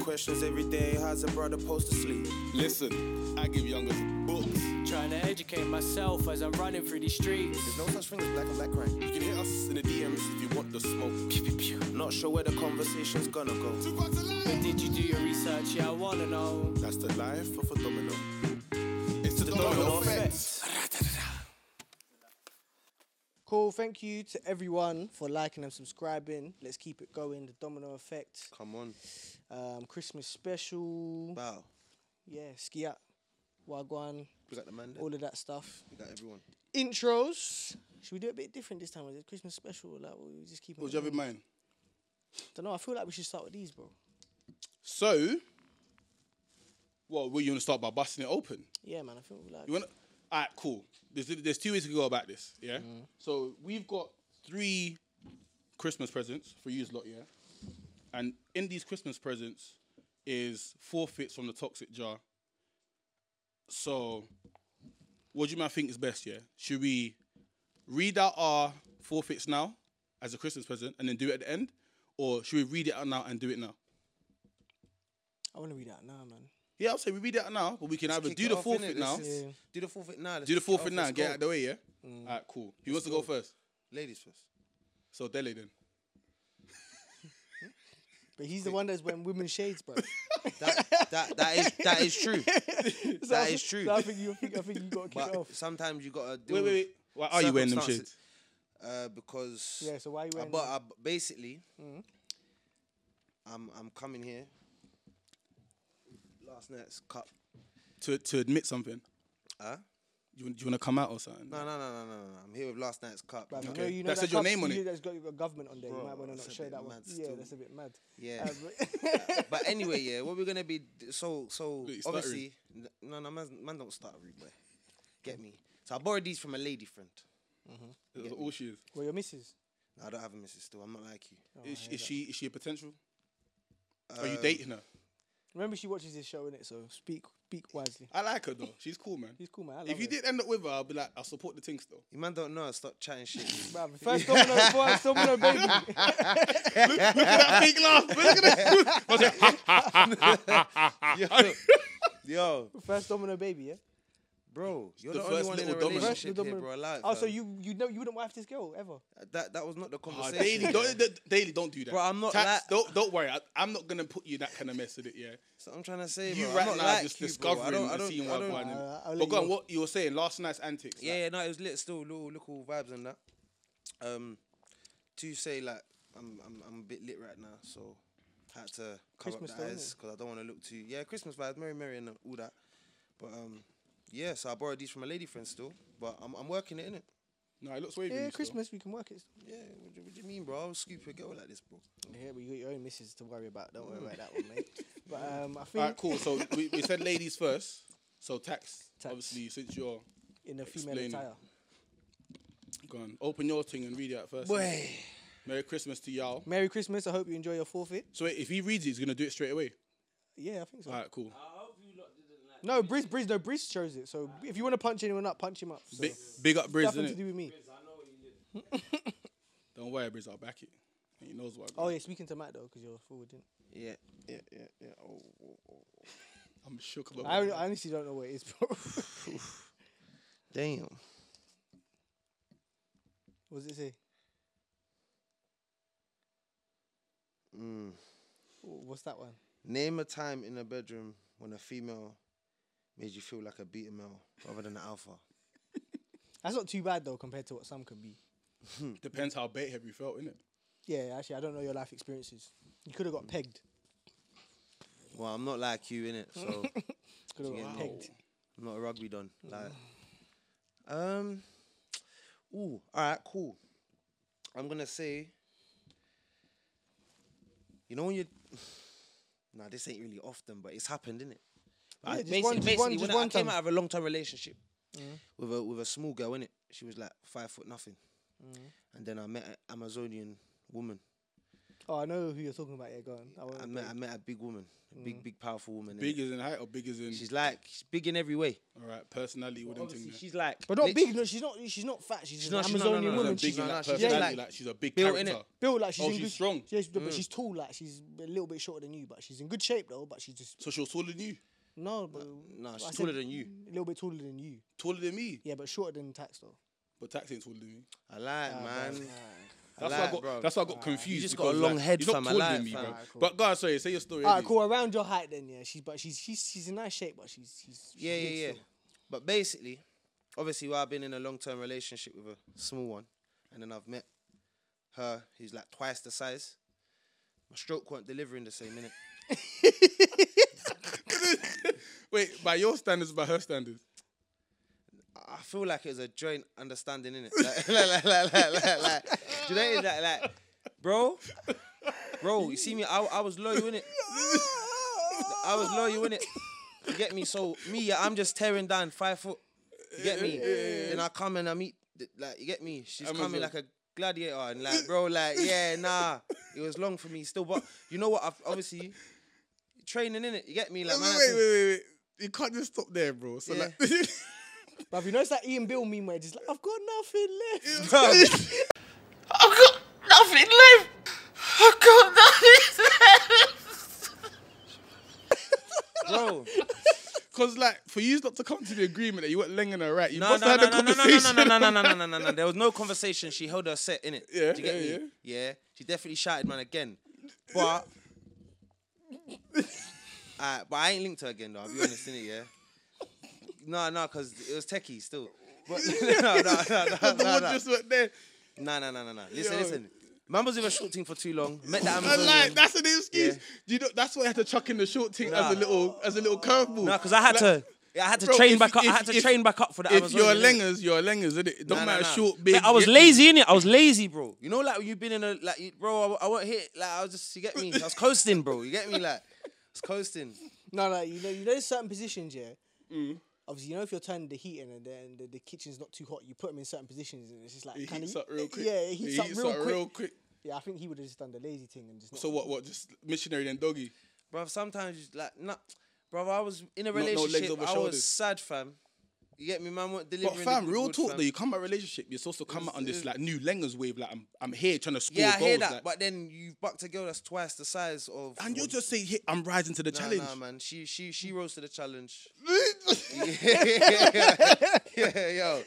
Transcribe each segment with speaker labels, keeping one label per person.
Speaker 1: questions every day. How's a brother supposed to sleep?
Speaker 2: Listen, I give youngers books.
Speaker 3: Trying to educate myself as I'm running through these streets.
Speaker 1: There's no such thing as black and black crime.
Speaker 2: You can hit us in the DMs if you want the smoke. Pew, pew, pew.
Speaker 1: Not sure where the conversation's gonna go.
Speaker 2: Too far to
Speaker 3: But
Speaker 2: lie.
Speaker 3: did you do your research? Yeah, I wanna know.
Speaker 2: That's the life of a domino. It's the, domino,
Speaker 1: domino
Speaker 2: effect.
Speaker 4: Cool. Thank you to everyone for liking and subscribing. Let's keep it going. The domino effect.
Speaker 2: Come on.
Speaker 4: Um, Christmas special.
Speaker 2: Wow.
Speaker 4: Yeah, ski up, wagwan,
Speaker 2: Was that the man?
Speaker 4: all of that stuff.
Speaker 2: We got everyone.
Speaker 4: Intros. Should we do it a bit different this time? Was it Christmas special? Like, we just keep.
Speaker 5: What do you have in mind?
Speaker 4: Don't know. I feel like we should start with these, bro.
Speaker 5: So, well, were you want to start by busting it open?
Speaker 4: Yeah, man. I feel like
Speaker 5: You want? All right, cool. There's there's two ways to go about this. Yeah.
Speaker 1: Mm.
Speaker 5: So we've got three Christmas presents for you lot. Yeah. And in these Christmas presents is forfeits from the toxic jar. So, what do you man think is best? Yeah. Should we read out our forfeits now as a Christmas present and then do it at the end, or should we read it out now and do it now?
Speaker 4: I want to read that now, man.
Speaker 5: Yeah, I'll say we read it out now, but we can either
Speaker 1: kick
Speaker 5: do
Speaker 1: it
Speaker 5: the
Speaker 1: off,
Speaker 5: forfeit
Speaker 1: innit?
Speaker 5: now.
Speaker 1: This is- Do the forfeit now. let's
Speaker 5: Do the
Speaker 1: kick it
Speaker 5: forfeit
Speaker 1: off,
Speaker 5: now
Speaker 1: let's
Speaker 5: and get
Speaker 1: go.
Speaker 5: out of the way, yeah?
Speaker 1: Mm.
Speaker 5: All right, cool. Who wants to go first?
Speaker 1: Ladies first.
Speaker 5: So, Dele then.
Speaker 4: But he's the one that's wearing women's shades, bro.
Speaker 1: That, that, that, is, that is true.
Speaker 4: So
Speaker 1: That
Speaker 4: I-
Speaker 1: is true.
Speaker 4: so I think you, I think, I think you got to kick it
Speaker 1: But
Speaker 4: off.
Speaker 1: sometimes you gotta deal
Speaker 5: Wait, wait,
Speaker 1: with
Speaker 5: wait. Why are you wearing them
Speaker 1: circumstances,
Speaker 5: shades?
Speaker 1: Uh, because
Speaker 4: Yeah, so why you
Speaker 1: I
Speaker 4: wearing
Speaker 1: bu-
Speaker 4: them?
Speaker 1: I bu- basically,
Speaker 5: Mm-hmm.
Speaker 1: I'm I'm coming here. Last night's cup.
Speaker 5: To, to admit something?
Speaker 1: Huh?
Speaker 5: You, do you want to come out or something?
Speaker 1: No, no, no, no, no, no. I'm here with last night's cup.
Speaker 4: Bruv, you
Speaker 5: Okay.
Speaker 4: know- you know
Speaker 5: That
Speaker 4: that
Speaker 5: said your
Speaker 4: cup-
Speaker 5: name on
Speaker 4: you
Speaker 5: it.
Speaker 4: know That's got your government on there. you
Speaker 1: Bro,
Speaker 4: might want to
Speaker 1: that's
Speaker 4: not
Speaker 1: a
Speaker 4: share
Speaker 1: bit
Speaker 4: that one.
Speaker 1: mad
Speaker 4: Yeah,
Speaker 1: still.
Speaker 4: that's a bit mad.
Speaker 1: Yeah.
Speaker 4: Uh, but-
Speaker 1: But anyway, yeah, what we're gonna be d- so so
Speaker 5: Look, he's
Speaker 1: obviously n- no no man man don't start a boy. Get me. So I borrowed these from a lady friend.
Speaker 5: That's all she is.
Speaker 4: well, your missus.
Speaker 1: No, I don't have a missus still. I'm not like you.
Speaker 5: Is, she- is, she, is she a potential? are Oh,
Speaker 1: Um,
Speaker 5: you dating her?
Speaker 4: Remember, she watches this show, innit? So speak speak wisely.
Speaker 5: I like her, though. She's cool, man.
Speaker 4: He's cool, man. I love
Speaker 5: If you
Speaker 4: her.
Speaker 5: did end up with her, I'll be like, I'll support the thing still.
Speaker 1: Uh, You man don't know. Stop chatting shit.
Speaker 4: Bruv, first domino, first domino, baby.
Speaker 5: Look at that fake laugh. Look at that. I was like, ha,
Speaker 1: yo, yo,
Speaker 4: First domino, baby, yeah?
Speaker 1: bro, you're
Speaker 5: the
Speaker 1: the,
Speaker 5: first
Speaker 1: only one in a
Speaker 5: little domino.
Speaker 4: First
Speaker 1: relationship here,
Speaker 4: domino-
Speaker 1: bro. Alive,
Speaker 4: Oh, so
Speaker 1: fam.
Speaker 4: you you know you wouldn't wife this girl ever?
Speaker 1: that that was not the
Speaker 5: Ah,
Speaker 1: conversation.
Speaker 5: Daily,
Speaker 1: yeah.
Speaker 5: don't, d- daily, don't do that.
Speaker 1: Bro, I'm not
Speaker 5: Tats,
Speaker 1: like-
Speaker 5: don't, don't worry. I, I'm not going to put you that kind of mess with it, yeah?
Speaker 1: So I'm trying to say,
Speaker 5: You
Speaker 1: bro, I'm
Speaker 5: right
Speaker 1: not
Speaker 5: now
Speaker 1: like
Speaker 5: just
Speaker 1: you, bro.
Speaker 5: discovering
Speaker 1: I don't, I
Speaker 5: and
Speaker 1: don't,
Speaker 5: seeing
Speaker 1: I don't,
Speaker 5: what going
Speaker 4: I'll- I'll
Speaker 5: on. But
Speaker 4: let
Speaker 5: go on,
Speaker 4: you-
Speaker 5: what you were saying, last night's antics.
Speaker 1: Yeah,
Speaker 5: like,
Speaker 1: yeah, no, it was lit still, little, little vibes and that. Um, to say like I'm, I'm, I'm a bit lit right now, so had to cover
Speaker 4: Christmas
Speaker 1: up
Speaker 4: though,
Speaker 1: the
Speaker 4: innit?
Speaker 1: eyes because I don't want to look too. Yeah, Christmas vibes, merry, merry, and all that. But um, yeah, so I borrowed these from a lady friend still, but I'm, I'm working it in it.
Speaker 5: No, it looks wavy.
Speaker 4: Yeah,
Speaker 5: still.
Speaker 4: Christmas we can work it.
Speaker 1: Yeah, what do, what do you mean, bro? I'll scoop a girl like this, bro.
Speaker 4: Yeah, but you got your own missus to worry about. Don't worry about that one, mate. But um, I think
Speaker 5: All right, cool. So we, we said ladies first. So tax,
Speaker 4: Tax.
Speaker 5: obviously, since you're
Speaker 4: in a female
Speaker 5: Explain.
Speaker 4: attire.
Speaker 5: gone, open your thing and read it out first.
Speaker 4: Boy.
Speaker 5: Merry Christmas to y'all.
Speaker 4: Merry Christmas. I hope you enjoy your forfeit.
Speaker 5: So wait, if he reads it, he's gonna do it straight away.
Speaker 4: Yeah, I think so.
Speaker 5: All right, cool.
Speaker 4: Ah, No, Briz, Briz, no, Briz chose it. So if you want to punch anyone up, punch him up. So.
Speaker 5: Big, big up, Briz,
Speaker 4: Nothing to
Speaker 5: innit?
Speaker 4: do with me.
Speaker 5: Don't worry, Briz, I'll back it. He knows what. I
Speaker 4: Oh
Speaker 5: got.
Speaker 4: yeah, speaking to Matt though, because you're forward. Didn't
Speaker 1: Yeah, yeah, yeah, yeah. Oh, oh, oh.
Speaker 5: I'm shook about.
Speaker 4: I,
Speaker 5: it.
Speaker 4: I honestly don't know what it is. Bro.
Speaker 1: damn.
Speaker 4: what does it say?
Speaker 1: Mm.
Speaker 4: Wh- What's that one?
Speaker 1: Name a time in a bedroom when a female made you feel like a beta male rather than an alpha.
Speaker 4: That's not too bad though, compared to what some can be.
Speaker 5: Depends how bait have you felt, innit?
Speaker 4: Yeah, actually, I don't know your life experiences. You could have got pegged.
Speaker 1: Well, I'm not like you in it, so
Speaker 4: Could have got
Speaker 1: Wow.
Speaker 4: pegged.
Speaker 1: I'm not a rugby don. Like, um, ooh, all right, cool. I'm gonna say, you know when you, nah, this ain't really often, but it's happened, innit?
Speaker 4: Yeah,
Speaker 1: I-
Speaker 4: just one- just one-
Speaker 1: when
Speaker 4: just
Speaker 1: I,
Speaker 4: one
Speaker 1: I came
Speaker 4: time. Mm.
Speaker 1: out of a long term relationship with a with a small girl, innit?
Speaker 4: Mm.
Speaker 1: She was like five foot nothing, and then I met an Amazonian woman.
Speaker 4: Oh, I know who you're talking about. Yeah, go on. I won't
Speaker 1: I
Speaker 4: break.
Speaker 1: met I met a big woman, a
Speaker 4: Mm.
Speaker 1: big big powerful woman. innit?
Speaker 5: Big as in height or big as in
Speaker 1: She's like she's big in every way.
Speaker 5: all right personality wouldn't
Speaker 1: Obviously,
Speaker 5: think
Speaker 1: she's like
Speaker 4: but not
Speaker 1: lit-
Speaker 4: big. No, she's not. She's not fat. She's,
Speaker 1: She's
Speaker 4: an
Speaker 1: not- she's not- no,
Speaker 4: Amazonian
Speaker 1: no, no, no,
Speaker 4: woman.
Speaker 1: she's
Speaker 5: big
Speaker 4: She's
Speaker 5: in
Speaker 1: not-
Speaker 5: that
Speaker 1: no, she's
Speaker 5: personality
Speaker 1: like
Speaker 5: like she's a big
Speaker 1: built,
Speaker 5: character.
Speaker 1: innit?
Speaker 4: built like she's
Speaker 5: Oh,
Speaker 4: in
Speaker 5: she's
Speaker 4: good,
Speaker 5: strong.
Speaker 4: She's,
Speaker 1: Mm.
Speaker 4: but she's tall. Like she's a little bit shorter than you, but she's in good shape though. But she's just
Speaker 5: So she was taller than you,
Speaker 4: no. But
Speaker 1: No,
Speaker 4: I
Speaker 1: she's
Speaker 4: said
Speaker 1: taller than you.
Speaker 4: A little bit taller than you.
Speaker 5: taller than me,
Speaker 4: Yeah, but shorter than tax though.
Speaker 5: but Tax ain't taller than me.
Speaker 1: I like man.
Speaker 5: That's
Speaker 1: I
Speaker 5: why I
Speaker 1: like,
Speaker 5: got
Speaker 1: bro.
Speaker 5: that's why I got confused.
Speaker 1: You just got a
Speaker 5: because,
Speaker 1: long
Speaker 5: like,
Speaker 1: head,
Speaker 5: you're not
Speaker 1: fam. I
Speaker 5: taller
Speaker 1: lie,
Speaker 5: than me,
Speaker 1: fam.
Speaker 5: bro.
Speaker 1: Alright, cool.
Speaker 5: But God, sorry, say your story.
Speaker 4: Alright,
Speaker 5: innit?
Speaker 4: cool. Around your height then, yeah. She's but she's she's she's in nice shape, but she's she's she's
Speaker 1: yeah,
Speaker 4: big
Speaker 1: yeah, yeah.
Speaker 4: still.
Speaker 1: But basically, obviously, well, I've been in a long term relationship with a small one, and then I've met her who's like twice the size. My stroke weren't delivering the same minute.
Speaker 5: Wait, by your standards, by her standards.
Speaker 1: I feel like it was a joint understanding in it. Like, like, like, like, like, like, do you know what it is? like, like, bro, bro? You see me? I, I was loyal in it. I was loyal in it. You get me? So me, yeah, I'm just tearing down five foot. You get me? Then I come and I meet, th- like, you get me? She's coming
Speaker 5: Amazon.
Speaker 1: like a gladiator and like, bro, like, yeah, nah. It was long for me still, but you know what? I've obviously training in it. You get me? Like, man, I
Speaker 5: wait, wait,
Speaker 1: think-
Speaker 5: wait, wait. You can't just stop there, bro. So
Speaker 1: Yeah.
Speaker 5: like,
Speaker 4: But have you noticed that Ian Bill meme where it's just like I've got nothing left.
Speaker 6: I've got nothing left. I've got nothing left.
Speaker 1: bro.
Speaker 5: cause like for you not to come to the agreement that you weren't lenging her right, you
Speaker 1: No,
Speaker 5: must
Speaker 1: no,
Speaker 5: have
Speaker 1: no,
Speaker 5: had
Speaker 1: no,
Speaker 5: a
Speaker 1: no, no, no,
Speaker 5: conversation.
Speaker 1: no, no, no, no, no, no, no, no. There was no conversation. She held her set in it.
Speaker 5: Yeah,
Speaker 1: Do you get
Speaker 5: yeah,
Speaker 1: me? Yeah. She definitely shouted, man, again. But, uh, but I ain't linked her again, though. I'll be honest in it, yeah. No, no, because it was techie still. But no, no, no,
Speaker 5: the
Speaker 1: no,
Speaker 5: one
Speaker 1: no,
Speaker 5: just went there.
Speaker 1: no, no, no, no, no. Listen,
Speaker 5: Yo.
Speaker 1: listen. Man was even short thing for too long. Met the
Speaker 5: And
Speaker 1: Amazon.
Speaker 5: like that's an excuse.
Speaker 1: Yeah.
Speaker 5: Do You know, that's why I had to chuck in the short thing
Speaker 1: Nah.
Speaker 5: as a little as a little curveball.
Speaker 1: no, because I had to.
Speaker 5: Like,
Speaker 1: I had to
Speaker 5: Bro,
Speaker 1: train
Speaker 5: if-
Speaker 1: back up. I
Speaker 5: if-
Speaker 1: had to
Speaker 5: if-
Speaker 1: train back up for the
Speaker 5: If
Speaker 1: Amazon.
Speaker 5: you're a lengers, you're a lengers, isn't it? It don't matter short, big.
Speaker 1: Mate, I was
Speaker 5: yeah.
Speaker 1: lazy in it. I was lazy, bro. You know, like when you've been in a like, you- bro. I, I won't hit. Like I was just, you get me. I was coasting, bro. You get me, like, I was coasting.
Speaker 4: no, no, you know you know certain positions, yeah. Obviously, you know if you're turning the heat in and then the, the kitchen's not too hot, you put them in certain positions and it's just like
Speaker 5: It
Speaker 4: kind
Speaker 5: heats
Speaker 4: of
Speaker 5: up real quick.
Speaker 4: Yeah, it heats, up, real, quick.
Speaker 5: quick.
Speaker 4: Yeah, I think he would have just done the lazy thing and just. Not
Speaker 5: So what? What? Just missionary then doggy.
Speaker 1: Bro, sometimes you like, nah, bro. I was in a
Speaker 5: no legs
Speaker 1: relationship.
Speaker 5: over
Speaker 1: I
Speaker 5: shoulders.
Speaker 1: was sad, fam. You get me, man. What
Speaker 5: But
Speaker 1: delivering? the
Speaker 5: fam,
Speaker 1: good
Speaker 5: real
Speaker 1: wood,
Speaker 5: talk
Speaker 1: fam.
Speaker 5: though, you come out relationship, you're supposed to come out on this like new lengers wave. Like I'm, I'm here trying to score
Speaker 1: Yeah, I
Speaker 5: goals.
Speaker 1: hear that.
Speaker 5: like-
Speaker 1: But then you've bucked a girl that's twice the size of.
Speaker 5: and you
Speaker 1: one.
Speaker 5: just say, hey, I'm rising to the
Speaker 1: Nah,
Speaker 5: challenge.
Speaker 1: Nah, man. She she she rose to the challenge.
Speaker 5: That's
Speaker 1: yeah, yo.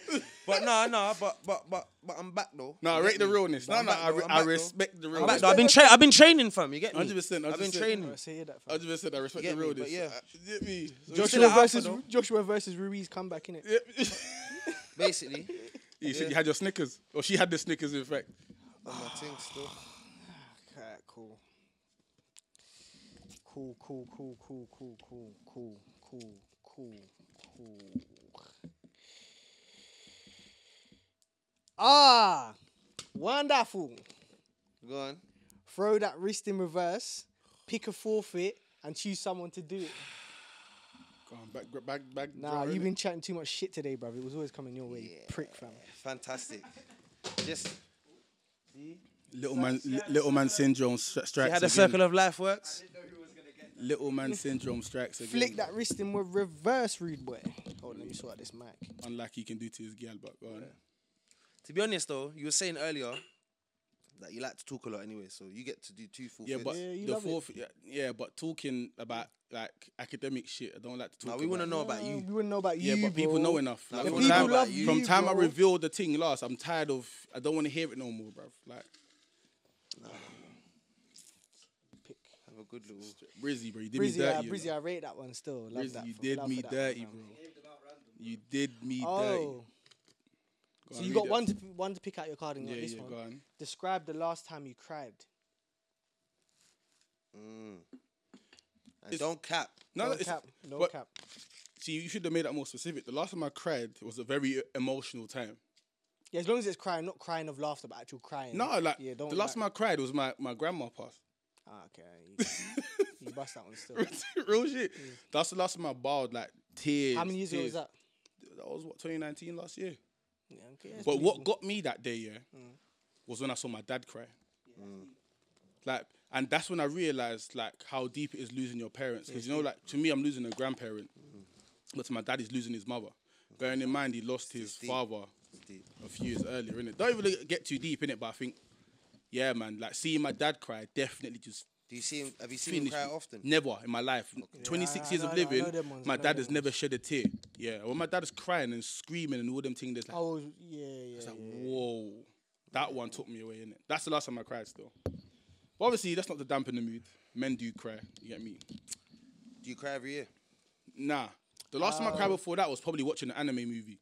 Speaker 1: But no, no. But but but but I'm back though.
Speaker 5: No, I
Speaker 1: You
Speaker 5: rate
Speaker 1: get
Speaker 5: the
Speaker 1: me?
Speaker 5: realness.
Speaker 1: But I'm
Speaker 5: No, no,
Speaker 1: back,
Speaker 5: I
Speaker 1: though.
Speaker 5: re-
Speaker 1: I'm
Speaker 5: I
Speaker 1: back, though.
Speaker 5: respect the
Speaker 1: I'm back
Speaker 5: realness.
Speaker 1: though. I've been tra- I've been training, fam. You get me?
Speaker 5: 100%,
Speaker 1: I've been
Speaker 5: 100%.
Speaker 1: training.
Speaker 4: I say that.
Speaker 5: I
Speaker 4: Fam.
Speaker 5: just said I respect
Speaker 1: get
Speaker 5: the
Speaker 1: me,
Speaker 5: realness.
Speaker 1: but yeah.
Speaker 5: Uh, you get me? So
Speaker 1: still
Speaker 4: Joshua
Speaker 1: at Alpha,
Speaker 4: versus
Speaker 1: though.
Speaker 4: Joshua versus Ruiz comeback in it.
Speaker 1: Basically,
Speaker 5: you said you had your Snickers, or she had the Snickers. In fact,
Speaker 1: on my thing still.
Speaker 4: Alright, cool. Cool, cool, cool, cool, cool, cool, cool, cool, cool, cool. Ah, wonderful.
Speaker 1: Go on.
Speaker 4: Throw that wrist in reverse, pick a forfeit, and choose someone to do it.
Speaker 5: go on, back, gra- back, back.
Speaker 4: Nah,
Speaker 5: drawer,
Speaker 4: you've
Speaker 5: innit?
Speaker 4: been chatting too much shit today, bruv. It was always coming your way, you prick fam.
Speaker 1: Fantastic. Just
Speaker 5: little man, li- little man syndrome stri- strikes
Speaker 1: you had a
Speaker 5: again.
Speaker 1: circle of life works.
Speaker 5: little man syndrome strikes again.
Speaker 4: Flick that wrist in with reverse, rude boy. Hold on, let me sort out this mic.
Speaker 5: Unlike he can do to his girl, but go on.
Speaker 1: To be honest though, you were saying earlier that you like to talk a lot anyway, so you get to do two full.
Speaker 5: Yeah,
Speaker 1: fits.
Speaker 5: but
Speaker 4: Yeah, you
Speaker 5: the
Speaker 4: love it.
Speaker 5: fourth, yeah, yeah, but talking about like academic shit, I don't like to talk.
Speaker 1: Nah, we want to
Speaker 5: about.
Speaker 1: know about you.
Speaker 4: We wouldn't know about
Speaker 5: Oh. Yeah,
Speaker 4: you,
Speaker 5: but people know
Speaker 4: bro.
Speaker 5: enough.
Speaker 1: Nah,
Speaker 5: Like,
Speaker 1: we
Speaker 5: from
Speaker 1: wanna know
Speaker 5: time,
Speaker 1: about
Speaker 5: from
Speaker 1: you,
Speaker 5: time I
Speaker 4: bro.
Speaker 5: revealed the thing last, I'm tired of. I don't want to hear it no more, bro. Like
Speaker 1: Have a good little.
Speaker 5: Brizzy, bro, you did
Speaker 4: Brizzy,
Speaker 5: me
Speaker 4: uh,
Speaker 5: dirty.
Speaker 4: Brizzy,
Speaker 5: you, know.
Speaker 4: I rate that one still. Love
Speaker 5: Brizzy,
Speaker 4: that.
Speaker 5: you
Speaker 4: fam.
Speaker 5: did
Speaker 4: Love
Speaker 5: me
Speaker 4: for that,
Speaker 5: dirty,
Speaker 4: fam.
Speaker 5: bro. You did me dirty.
Speaker 4: Oh,
Speaker 5: Go
Speaker 4: so
Speaker 5: on,
Speaker 4: you
Speaker 5: read
Speaker 4: got
Speaker 5: it.
Speaker 4: one to p- one to pick out your card and you got
Speaker 5: Yeah,
Speaker 4: this
Speaker 5: yeah,
Speaker 4: one.
Speaker 5: go on.
Speaker 4: Describe the last time you cried.
Speaker 1: Mm. And don't cap.
Speaker 5: No,
Speaker 4: No
Speaker 5: it's-
Speaker 4: cap. No
Speaker 5: but-
Speaker 4: cap.
Speaker 5: See, you should have made that more specific. The last time I cried was a very e-, emotional time.
Speaker 4: Yeah, as long as it's crying, not crying of laughter, but actual crying.
Speaker 5: No, like
Speaker 4: yeah, don't
Speaker 5: the last time
Speaker 4: like-
Speaker 5: I cried was my, my grandma passed.
Speaker 4: Ah, okay, you, you bust that one still.
Speaker 5: Real shit. That's the last time I bawled like tears.
Speaker 4: How many years ago
Speaker 5: tears.
Speaker 4: was that?
Speaker 5: That was what 2019 last year.
Speaker 4: Yeah, okay, that's
Speaker 5: But
Speaker 4: pretty
Speaker 5: what
Speaker 4: cool.
Speaker 5: got me that day, yeah, was when I saw my dad cry. Like, and that's when I realized like how deep it is losing your parents. Because you know, like to me, I'm losing a grandparent, but to my dad, he's losing his mother. Bearing in mind, he lost his father
Speaker 1: deep.
Speaker 5: a few years earlier. Innit? Don't even look- get too deep in it, but I think, yeah, man, like seeing my dad cry definitely just
Speaker 1: Do you see him? Have you seen
Speaker 5: finished
Speaker 1: him cry
Speaker 5: me.
Speaker 1: often?
Speaker 5: Never in my life. 26
Speaker 4: I- I
Speaker 5: years
Speaker 4: know-
Speaker 5: of
Speaker 4: I know
Speaker 5: living,
Speaker 4: them ones, I
Speaker 5: my
Speaker 4: know
Speaker 5: dad
Speaker 4: them
Speaker 5: has never shed a tear. Yeah, when my dad is crying and screaming and all them things, there's like,
Speaker 4: Oh yeah, yeah.
Speaker 5: it's like, whoa, that one took me away, innit? That's the last time I cried still. But obviously, that's not to dampen the mood. Men do cry, you get me?
Speaker 1: Do you cry every year?
Speaker 5: Nah. The last time I cried before that was probably watching an anime movie.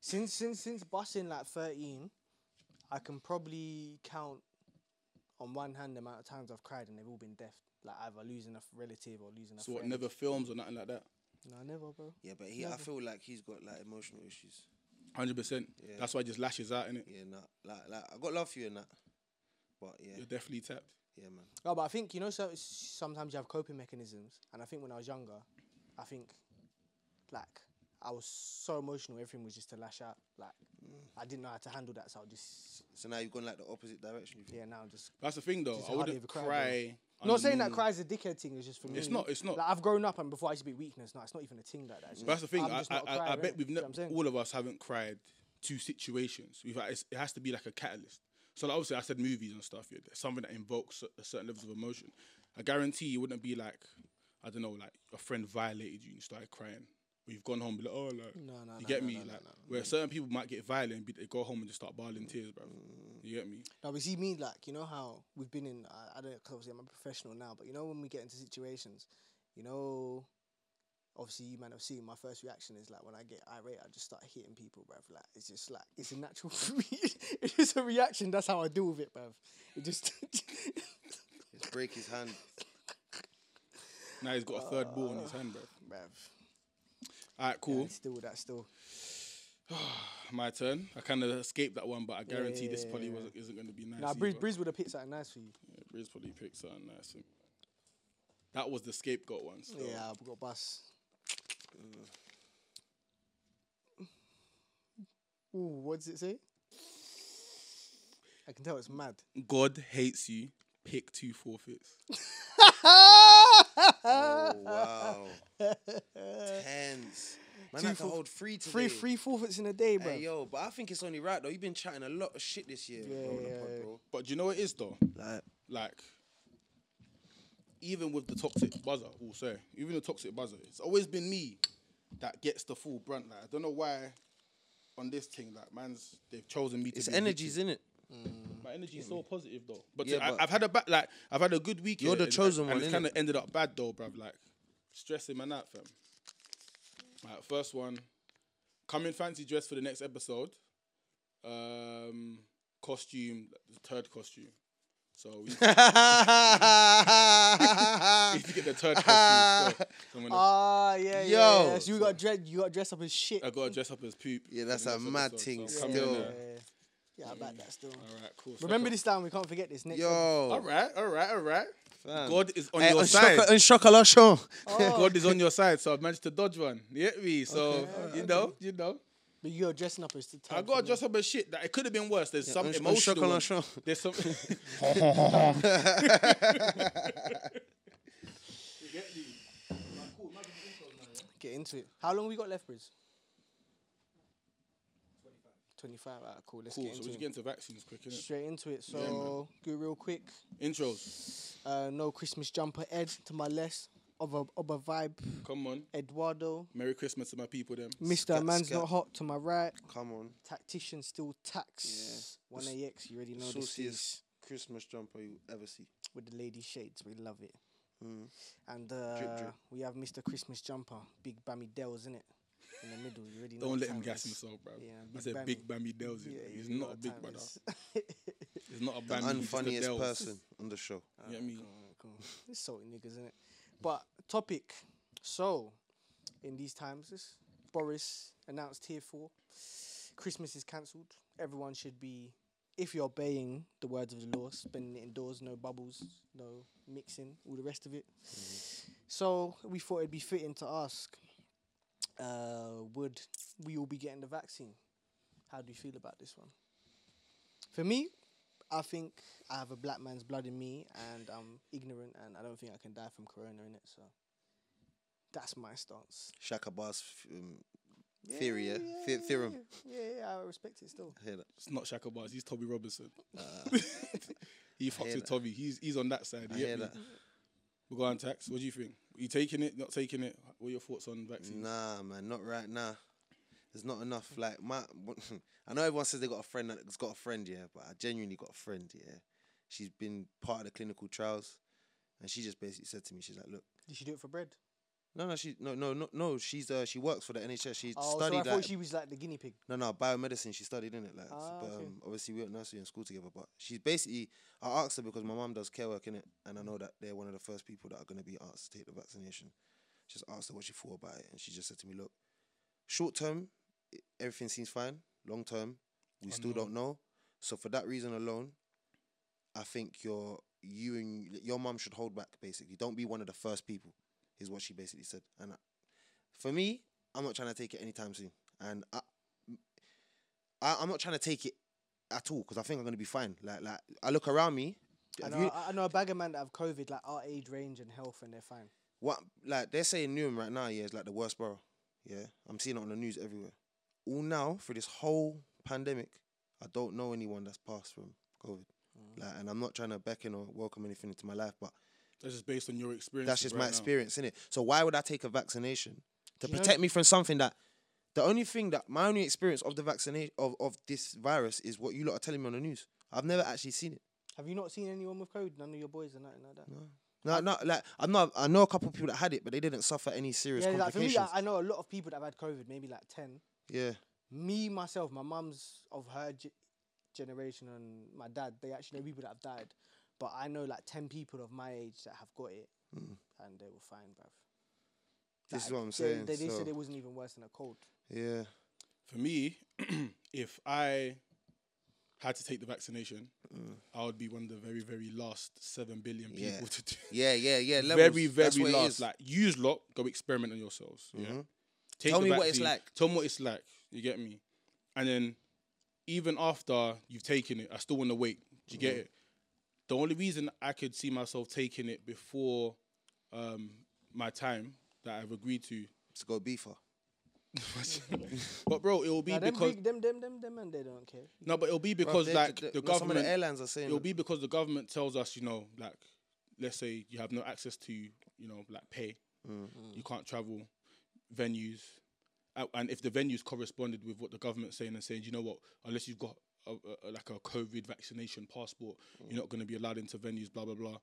Speaker 4: Since since since busing like thirteen, I can probably count on one hand the amount of times I've cried and they've all been death. Like either losing a f- relative or losing a
Speaker 5: So, what,
Speaker 4: friend.
Speaker 5: never films or nothing like that?
Speaker 4: No, never, bro.
Speaker 1: Yeah, but he, I feel like he's got like emotional issues.
Speaker 5: 100%. That's why it just lashes out, innit?
Speaker 1: Yeah, nah, like, like I got love for you and that, but yeah,
Speaker 5: You're definitely tapped.
Speaker 1: yeah, man.
Speaker 4: No, but I think you know. So sometimes you have coping mechanisms, and I think when I was younger, I think like I was so emotional, everything was just to lash out. Like I didn't know how to handle that, so I would just
Speaker 1: So now you've gone like the opposite direction. you think?
Speaker 4: yeah. Now I'm just
Speaker 5: That's the thing, though.
Speaker 4: Just
Speaker 5: I
Speaker 4: hardly
Speaker 5: wouldn't
Speaker 4: ever
Speaker 5: cry.
Speaker 4: cry, bro. not
Speaker 5: on
Speaker 4: saying
Speaker 5: normal-
Speaker 4: that cry is a dickhead thing. It's just for me.
Speaker 5: It's not- it's not.
Speaker 4: Like I've grown up, and before I used to be weakness. No, it's not even a thing like that. It's
Speaker 5: But that's the
Speaker 4: just-
Speaker 5: thing.
Speaker 4: I'm
Speaker 5: I,
Speaker 4: just
Speaker 5: I,
Speaker 4: not a
Speaker 5: I, I
Speaker 4: crier,
Speaker 5: bet
Speaker 4: innit?
Speaker 5: we've
Speaker 4: See
Speaker 5: ne-
Speaker 4: what I'm saying?
Speaker 5: all of us haven't cried to situations. We've had, it's, it has to be like a catalyst. So like, obviously, I said movies and stuff. Yeah, there's something that invokes a certain levels of emotion. I guarantee you wouldn't be like, I don't know, like a friend violated you and you started crying. Or you've gone home, and be like, oh, like,
Speaker 4: No, no,
Speaker 5: you
Speaker 4: no,
Speaker 5: get
Speaker 4: no,
Speaker 5: me?
Speaker 4: no, no,
Speaker 5: like, where certain people might get violent, but they go home and just start bawling tears, bro. You get me?
Speaker 4: No, but see me like you know how we've been in. I, I don't because obviously I'm a professional now, but you know when we get into situations, you know, obviously you might have seen my first reaction is like when I get irate, I just start hitting people, bruv. Like it's just like it's a natural. it is a reaction. That's how I deal with it, bruv. It just.
Speaker 1: Just break his hand.
Speaker 5: Now he's got a third ball in his hand, bro.
Speaker 4: Bruv,
Speaker 5: All right, cool.
Speaker 4: still with that, still.
Speaker 5: My turn. I kind of escaped that one, but I guarantee this
Speaker 4: yeah,
Speaker 5: probably wasn't, isn't going to be nice.
Speaker 4: Now, Briz,
Speaker 5: either.
Speaker 4: Briz would have picked something nice for you.
Speaker 5: Yeah, Briz probably picked something nice. for me. That was the scapegoat one. So.
Speaker 4: Yeah, I've got bus. Mm. Ooh, what does it say? I can tell it's mad.
Speaker 5: God hates you. Pick two forfeits.
Speaker 1: Oh wow, tense. Man, I
Speaker 4: Two
Speaker 1: can
Speaker 4: for-
Speaker 1: hold three today.
Speaker 4: Three, three forfeits in a day, bro.
Speaker 1: Hey, yo, but I think it's only right though. You've been chatting a lot of shit this year, bro, on the pod, bro.
Speaker 5: But do you know what it is though?
Speaker 1: Like,
Speaker 5: Like, even with the toxic buzzer, also, even the toxic buzzer, it's always been me that gets the full brunt. Like, I don't know why on this thing, like, man's they've chosen me to.
Speaker 1: it's
Speaker 5: be a
Speaker 1: energies,
Speaker 5: victim.
Speaker 1: in it.
Speaker 5: My energy is so positive though. Mm. But,
Speaker 1: Yeah,
Speaker 5: I,
Speaker 1: but-
Speaker 5: have had a bad, like, I've had a good week.
Speaker 1: You're the
Speaker 5: and-
Speaker 1: chosen
Speaker 5: and
Speaker 1: one,
Speaker 5: It's
Speaker 1: innit?
Speaker 5: kind of ended up bad though, bruv. Like, stressing man out, fam. Right, first one. Come in fancy dress for the next episode. Um, costume, the third costume. So we need to get the third costume. So, so I'm gonna-
Speaker 4: Ah, yeah, yeah,
Speaker 1: Yo.
Speaker 4: yeah. So you got dress, you got dressed up as shit.
Speaker 5: I gotta dress up as poop.
Speaker 1: Yeah, that's
Speaker 5: for the
Speaker 1: a
Speaker 5: next
Speaker 1: mad
Speaker 5: episode,
Speaker 1: thing
Speaker 5: so I'm coming in
Speaker 1: still.
Speaker 5: there. Uh,
Speaker 4: yeah, I bet that still.
Speaker 5: All right, cool.
Speaker 4: Remember
Speaker 5: Second-
Speaker 4: this time, we can't forget this. Next episode.
Speaker 5: All
Speaker 1: Yo,
Speaker 5: right, all right, all right.
Speaker 1: fam. Oh.
Speaker 5: God is on
Speaker 1: Hey,
Speaker 5: your
Speaker 1: Eh, un
Speaker 5: side.
Speaker 1: choc- un chocolat chaud.
Speaker 5: God is on your side, so I've managed to dodge one. You get me? So you know, you know.
Speaker 4: But you're dressing up as the
Speaker 5: I
Speaker 4: time
Speaker 5: got
Speaker 4: for
Speaker 5: dressed up as shit. That it could have been worse. There's some
Speaker 1: un- un
Speaker 5: emotional.
Speaker 1: chocolat
Speaker 5: one.
Speaker 1: chaud.
Speaker 5: There's some.
Speaker 4: me. Get into it. How long we got left, Briz? Twenty-five. Alright, cool. Let's
Speaker 5: cool.
Speaker 4: get
Speaker 5: So
Speaker 4: into
Speaker 5: we should
Speaker 4: it.
Speaker 5: get into vaccines quick, innit?
Speaker 4: Straight into it. So, go real quick.
Speaker 5: Intros.
Speaker 4: Uh, no Christmas jumper. Ed to my left. Of a, of a vibe.
Speaker 5: Come on.
Speaker 4: Eduardo.
Speaker 5: Merry Christmas to my people, them.
Speaker 4: Mr.
Speaker 1: Scat,
Speaker 4: Man's
Speaker 1: scat.
Speaker 4: Not Hot to my right.
Speaker 1: Come on,
Speaker 4: Tactician still tax. One AX. You already know this. piece.
Speaker 1: sauciest Christmas jumper you ever see.
Speaker 4: with the lady shades. We love it.
Speaker 5: Mm.
Speaker 4: And uh,
Speaker 1: drip.
Speaker 4: we have Mr. Christmas Jumper, Big Bammy Dells in it, in the middle. You already know
Speaker 5: Don't
Speaker 4: the
Speaker 5: let him
Speaker 4: time
Speaker 5: gas
Speaker 4: is.
Speaker 5: himself, bro.
Speaker 4: Yeah,
Speaker 5: I
Speaker 4: Big
Speaker 5: said
Speaker 4: Bammy.
Speaker 5: big Bammy Dells.
Speaker 4: Yeah, you
Speaker 5: he's
Speaker 4: already
Speaker 5: not
Speaker 4: know
Speaker 5: a
Speaker 4: the
Speaker 5: big
Speaker 4: time
Speaker 5: brother.
Speaker 4: is.
Speaker 5: He's not a Bammy. he's just a
Speaker 1: Unfunniest
Speaker 5: Dells.
Speaker 1: person on the show.
Speaker 5: You get me?
Speaker 4: Alright, cool. It's salty niggas in it. But topic. So, in these times, this Boris announced tier four. Christmas is cancelled. Everyone should be, if you're obeying the words of the law, spending it indoors, no bubbles, no mixing, all the rest of it. So we thought it'd be fitting to ask, uh, would we all be getting the vaccine? How do you feel about this one? For me, I think I have a black man's blood in me, and I'm ignorant, and I don't think I can die from corona in it. So that's my stance.
Speaker 1: Shaka Bar's um, theory, yeah? The- theorem.
Speaker 4: Yeah, yeah, I respect it still.
Speaker 1: I hear that.
Speaker 5: It's not Shaka Bars. He's Toby Robinson. he fucks
Speaker 1: Uh, hear
Speaker 5: with
Speaker 1: that.
Speaker 5: Toby. He's he's on that side.
Speaker 1: I
Speaker 5: you get
Speaker 1: hear
Speaker 5: me?
Speaker 1: that.
Speaker 5: We're going tax. What do you think? you taking it? Not taking it? What are your thoughts on vaccines?
Speaker 1: Nah, man, not right now. There's not enough. Like my, I know everyone says they got a friend that's got a friend, yeah, but I genuinely got a friend, yeah. She's been part of the clinical trials, and she just basically said to me, she's like, look,
Speaker 4: Did she do it for bread?
Speaker 1: no, no, she, no, no, no, no. She's uh, she works for the NHS. She
Speaker 4: Oh, so I
Speaker 1: studied
Speaker 4: thought
Speaker 1: like,
Speaker 4: she was like the guinea pig.
Speaker 1: no, no, biomedicine. She studied in it, like, s-
Speaker 4: Ah,
Speaker 1: but
Speaker 4: okay.
Speaker 1: um, obviously we were at nursery and school together. But she's basically, I asked her because my mum does care work in it, and I know that they're one of the first people that are going to be asked to take the vaccination. Just asked her what she thought about it, and she just said to me, "Look, short term, i- everything seems fine. Long term, we still don't know. So for that reason alone, I think your you and your mum should hold back. Basically, don't be one of the first people." Is what she basically said, and I, for me, I'm not trying to take it anytime soon, and I, I, I'm not trying to take it at all because I think I'm gonna be fine. Like, like I look around me.
Speaker 4: I
Speaker 1: have
Speaker 4: know,
Speaker 1: you-
Speaker 4: I I know a bag of man that have COVID, like our age range and health, and they're fine.
Speaker 1: what like they're saying Newham right now, yeah, is like the worst borough. Yeah. I'm seeing it on the news everywhere. All now, for this whole pandemic, I don't know anyone that's passed from COVID. Like, and I'm not trying to beckon or welcome anything into my life, but
Speaker 5: That's just based on your experience.
Speaker 1: that's just my experience, innit? So why would I take a vaccination to
Speaker 4: Do you know-
Speaker 1: protect me from something that the only thing that my only experience of the vaccination of, of this virus is what you lot are telling me on the news. I've never actually seen it.
Speaker 4: Have you not seen anyone with COVID? None of your boys or nothing like that.
Speaker 1: No, no, like I'm not. I know a couple of people that had it, but they didn't suffer any serious
Speaker 4: Yeah, like for
Speaker 1: complications.
Speaker 4: me, I, I know a lot of people that have had COVID, maybe like ten.
Speaker 1: yeah,
Speaker 4: Me myself, my mum's of her ge- generation and my dad, they actually know people that have died, but I know like ten people of my age that have got it,
Speaker 5: Hmm.
Speaker 4: and they were fine, bruv.
Speaker 1: this is
Speaker 4: Like,
Speaker 1: what I'm
Speaker 4: they-
Speaker 1: saying.
Speaker 4: They, they
Speaker 1: so-
Speaker 4: said it wasn't even worse than a cold.
Speaker 1: Yeah.
Speaker 5: For me, if I had to take the vaccination, I would be one of the very, very last seven billion people
Speaker 1: Mm. Yeah.
Speaker 5: to do.
Speaker 1: Yeah, yeah, yeah.
Speaker 5: very, very last. Like, use lot, go experiment on yourselves. Yeah. Take
Speaker 1: Mm-hmm. Tell
Speaker 5: the
Speaker 1: me what it's
Speaker 5: vaccine,
Speaker 1: like.
Speaker 5: Tell me what it's like. You get me? And then, even after you've taken it, I still want to wait. Do you
Speaker 1: Mm-hmm.
Speaker 5: get it? The only reason I could see myself taking it before um, my time that I've agreed to,
Speaker 1: to go beefer.
Speaker 5: but bro, it will be
Speaker 4: Now, them,
Speaker 5: because
Speaker 4: big, them, them, them, them, and they don't care.
Speaker 5: no, but it'll be because like the
Speaker 1: some of the
Speaker 5: government.
Speaker 1: airlines are saying
Speaker 5: It'll
Speaker 1: that-
Speaker 5: be because the government tells us, you know, like, let's say you have no access to, you know, like pay, you can't travel, venues, A- and if the venues corresponded with what the government's saying and saying, you know what, unless you've got a, a, a- like a COVID vaccination passport, you're not going to be allowed into venues, blah blah blah.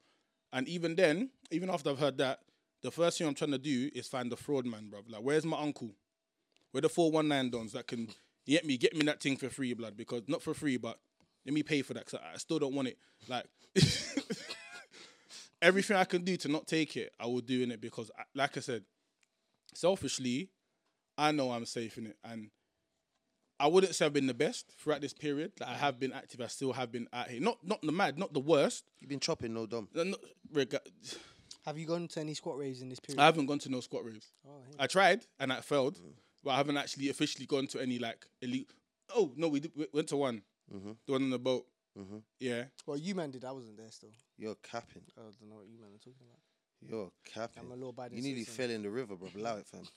Speaker 5: And even then, even after I've heard that, the first thing I'm trying to do is find the fraud man, bruv. Like, where's my uncle? Where the four one nine dons that can get me, get me that thing for free, blood? Because not for free, but let me pay for that. Cause I, I still don't want it. Like everything I can do to not take it, I will do in it because, I, like I said, selfishly, I know I'm safe in it, and I wouldn't say I've been the best throughout this period. Like I have been active. I still have been out here. Not not the mad, not the worst.
Speaker 1: you've been chopping no dom.
Speaker 5: No, no, rega-
Speaker 4: Have you gone to any squat raves in this period?
Speaker 5: I haven't gone to no squat raves.
Speaker 4: Oh, hey.
Speaker 5: I tried and I failed, but I haven't actually officially gone to any like elite. Oh no, we, did, we went to one,
Speaker 1: Mm-hmm.
Speaker 5: the one on the boat. Yeah,
Speaker 4: Well, you man did. I wasn't there still.
Speaker 1: You're capping.
Speaker 4: I don't know what you man are talking about.
Speaker 1: You're capping.
Speaker 4: I'm a law abiding
Speaker 1: You nearly
Speaker 4: citizen.
Speaker 1: fell in the river, bro. Allow it, fam.